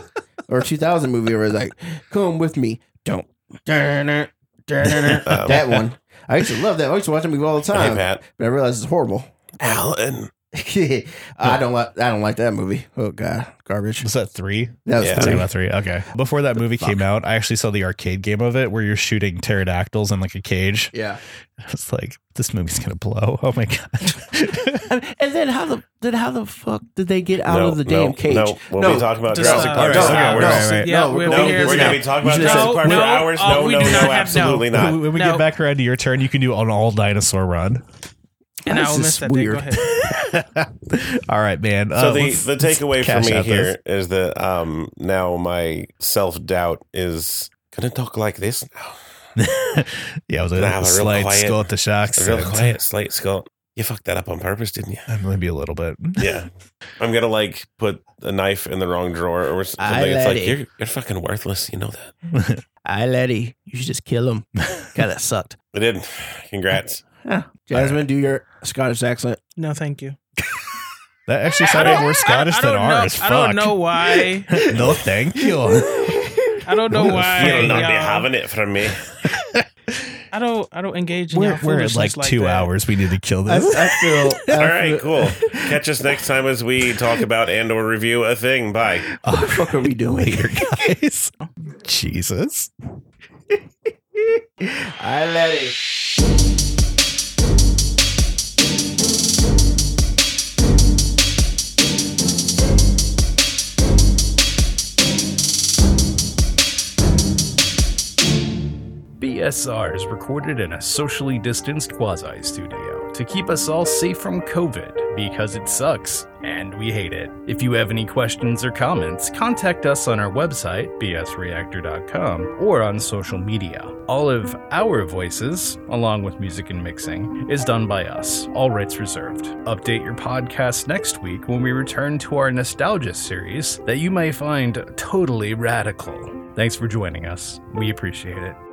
Speaker 4: or 2000 movie, where it's like, "Come with me,
Speaker 5: [LAUGHS]
Speaker 4: don't." that one. I used to love that. I used to watch that movie all the
Speaker 5: Hey,
Speaker 4: time,
Speaker 5: Pat.
Speaker 4: but I realized it's horrible. [LAUGHS]
Speaker 5: Alan.
Speaker 4: I don't like I don't like that movie. Oh god, garbage.
Speaker 2: was that three?
Speaker 4: That was
Speaker 5: Yeah.
Speaker 2: Talking
Speaker 4: three.
Speaker 5: [LAUGHS]
Speaker 2: about three. Okay. Before that movie came out, I actually saw the arcade game of it where you're shooting pterodactyls in like a cage.
Speaker 4: Yeah.
Speaker 2: I was like, this movie's gonna blow. Oh my god.
Speaker 3: [LAUGHS]
Speaker 4: And, and then how the then how the fuck did they get out of the damn
Speaker 5: no,
Speaker 4: cage?
Speaker 5: No, we'll be talking about
Speaker 3: Just
Speaker 5: Jurassic
Speaker 3: stop.
Speaker 5: Park
Speaker 2: All
Speaker 5: for
Speaker 2: right,
Speaker 5: hours.
Speaker 2: no,
Speaker 5: No,
Speaker 2: no. right.
Speaker 3: Yeah,
Speaker 4: No,
Speaker 3: we're,
Speaker 4: no,
Speaker 3: we're here
Speaker 5: we're
Speaker 3: now.
Speaker 5: going to be talking about
Speaker 4: You should've
Speaker 5: Jurassic
Speaker 4: said-
Speaker 5: Park
Speaker 3: No,
Speaker 5: for hours.
Speaker 3: uh,
Speaker 5: No,
Speaker 3: we
Speaker 5: no,
Speaker 3: do
Speaker 5: no,
Speaker 3: not have- no.
Speaker 5: absolutely
Speaker 2: When
Speaker 5: not.
Speaker 2: we
Speaker 3: No.
Speaker 2: get back around to your turn, you can do an all dinosaur
Speaker 5: [LAUGHS]
Speaker 2: run.
Speaker 3: And
Speaker 4: This
Speaker 3: I will
Speaker 4: is
Speaker 3: miss that
Speaker 4: weird.
Speaker 3: day. Go ahead.
Speaker 2: all right, man.
Speaker 5: So
Speaker 2: Uh,
Speaker 5: the,
Speaker 2: let's-
Speaker 5: the
Speaker 2: let's
Speaker 5: takeaway for
Speaker 2: cash
Speaker 5: me
Speaker 2: out
Speaker 5: here
Speaker 2: this.
Speaker 5: is that um now my self doubt is gonna talk like this now.
Speaker 2: [LAUGHS] yeah, it was a,
Speaker 5: Nah, real
Speaker 2: slight
Speaker 5: quiet.
Speaker 2: skull at the shocks.
Speaker 5: Real quiet, slight Scott. You fucked that up on purpose, didn't you?
Speaker 2: [LAUGHS] Maybe a little bit.
Speaker 5: Yeah. I'm gonna like put a knife in the wrong drawer or something.
Speaker 4: I
Speaker 5: it's
Speaker 4: let
Speaker 5: like
Speaker 4: it.
Speaker 5: you're you're fucking worthless. You know that.
Speaker 4: [LAUGHS] I Letty, you should just kill him. God, that sucked.
Speaker 5: I did. Congrats.
Speaker 4: Jasmine, do your Scottish [LAUGHS] accent.
Speaker 3: No, thank you.
Speaker 2: That actually sounded more Scottish
Speaker 3: I
Speaker 2: than
Speaker 3: don't know.
Speaker 2: ours.
Speaker 3: I don't
Speaker 2: Fuck.
Speaker 3: know why.
Speaker 2: [LAUGHS] no,
Speaker 3: [LAUGHS]
Speaker 2: thank
Speaker 4: [LAUGHS]
Speaker 2: you.
Speaker 3: I don't know why.
Speaker 5: You'll not be
Speaker 3: y'all.
Speaker 5: having it from
Speaker 4: Uh,
Speaker 5: me.
Speaker 3: I don't. I don't engage in
Speaker 2: We're,
Speaker 3: y'all
Speaker 2: we're at like
Speaker 3: foolishness
Speaker 2: two
Speaker 3: that.
Speaker 2: hours. We need to kill
Speaker 4: I,
Speaker 2: this.
Speaker 4: feel.
Speaker 5: All right, cool. Catch us next time as we talk about and or review a thing. Bye.
Speaker 4: What the fuck are we [LAUGHS]
Speaker 2: [LAUGHS]
Speaker 4: doing?
Speaker 2: Later,
Speaker 3: [LAUGHS]
Speaker 2: guys. Jesus.
Speaker 4: I let it.
Speaker 1: BSR is recorded in a socially distanced quasi studio to keep us all safe from COVID because it sucks and we hate it. If you have any questions or comments, contact us on our website, bsreactor.com, or on social media. All of our voices, along with music and mixing, is done by us, all rights reserved. Update your podcast next week when we return to our nostalgia series that you may find totally radical. Thanks for joining us. We appreciate it.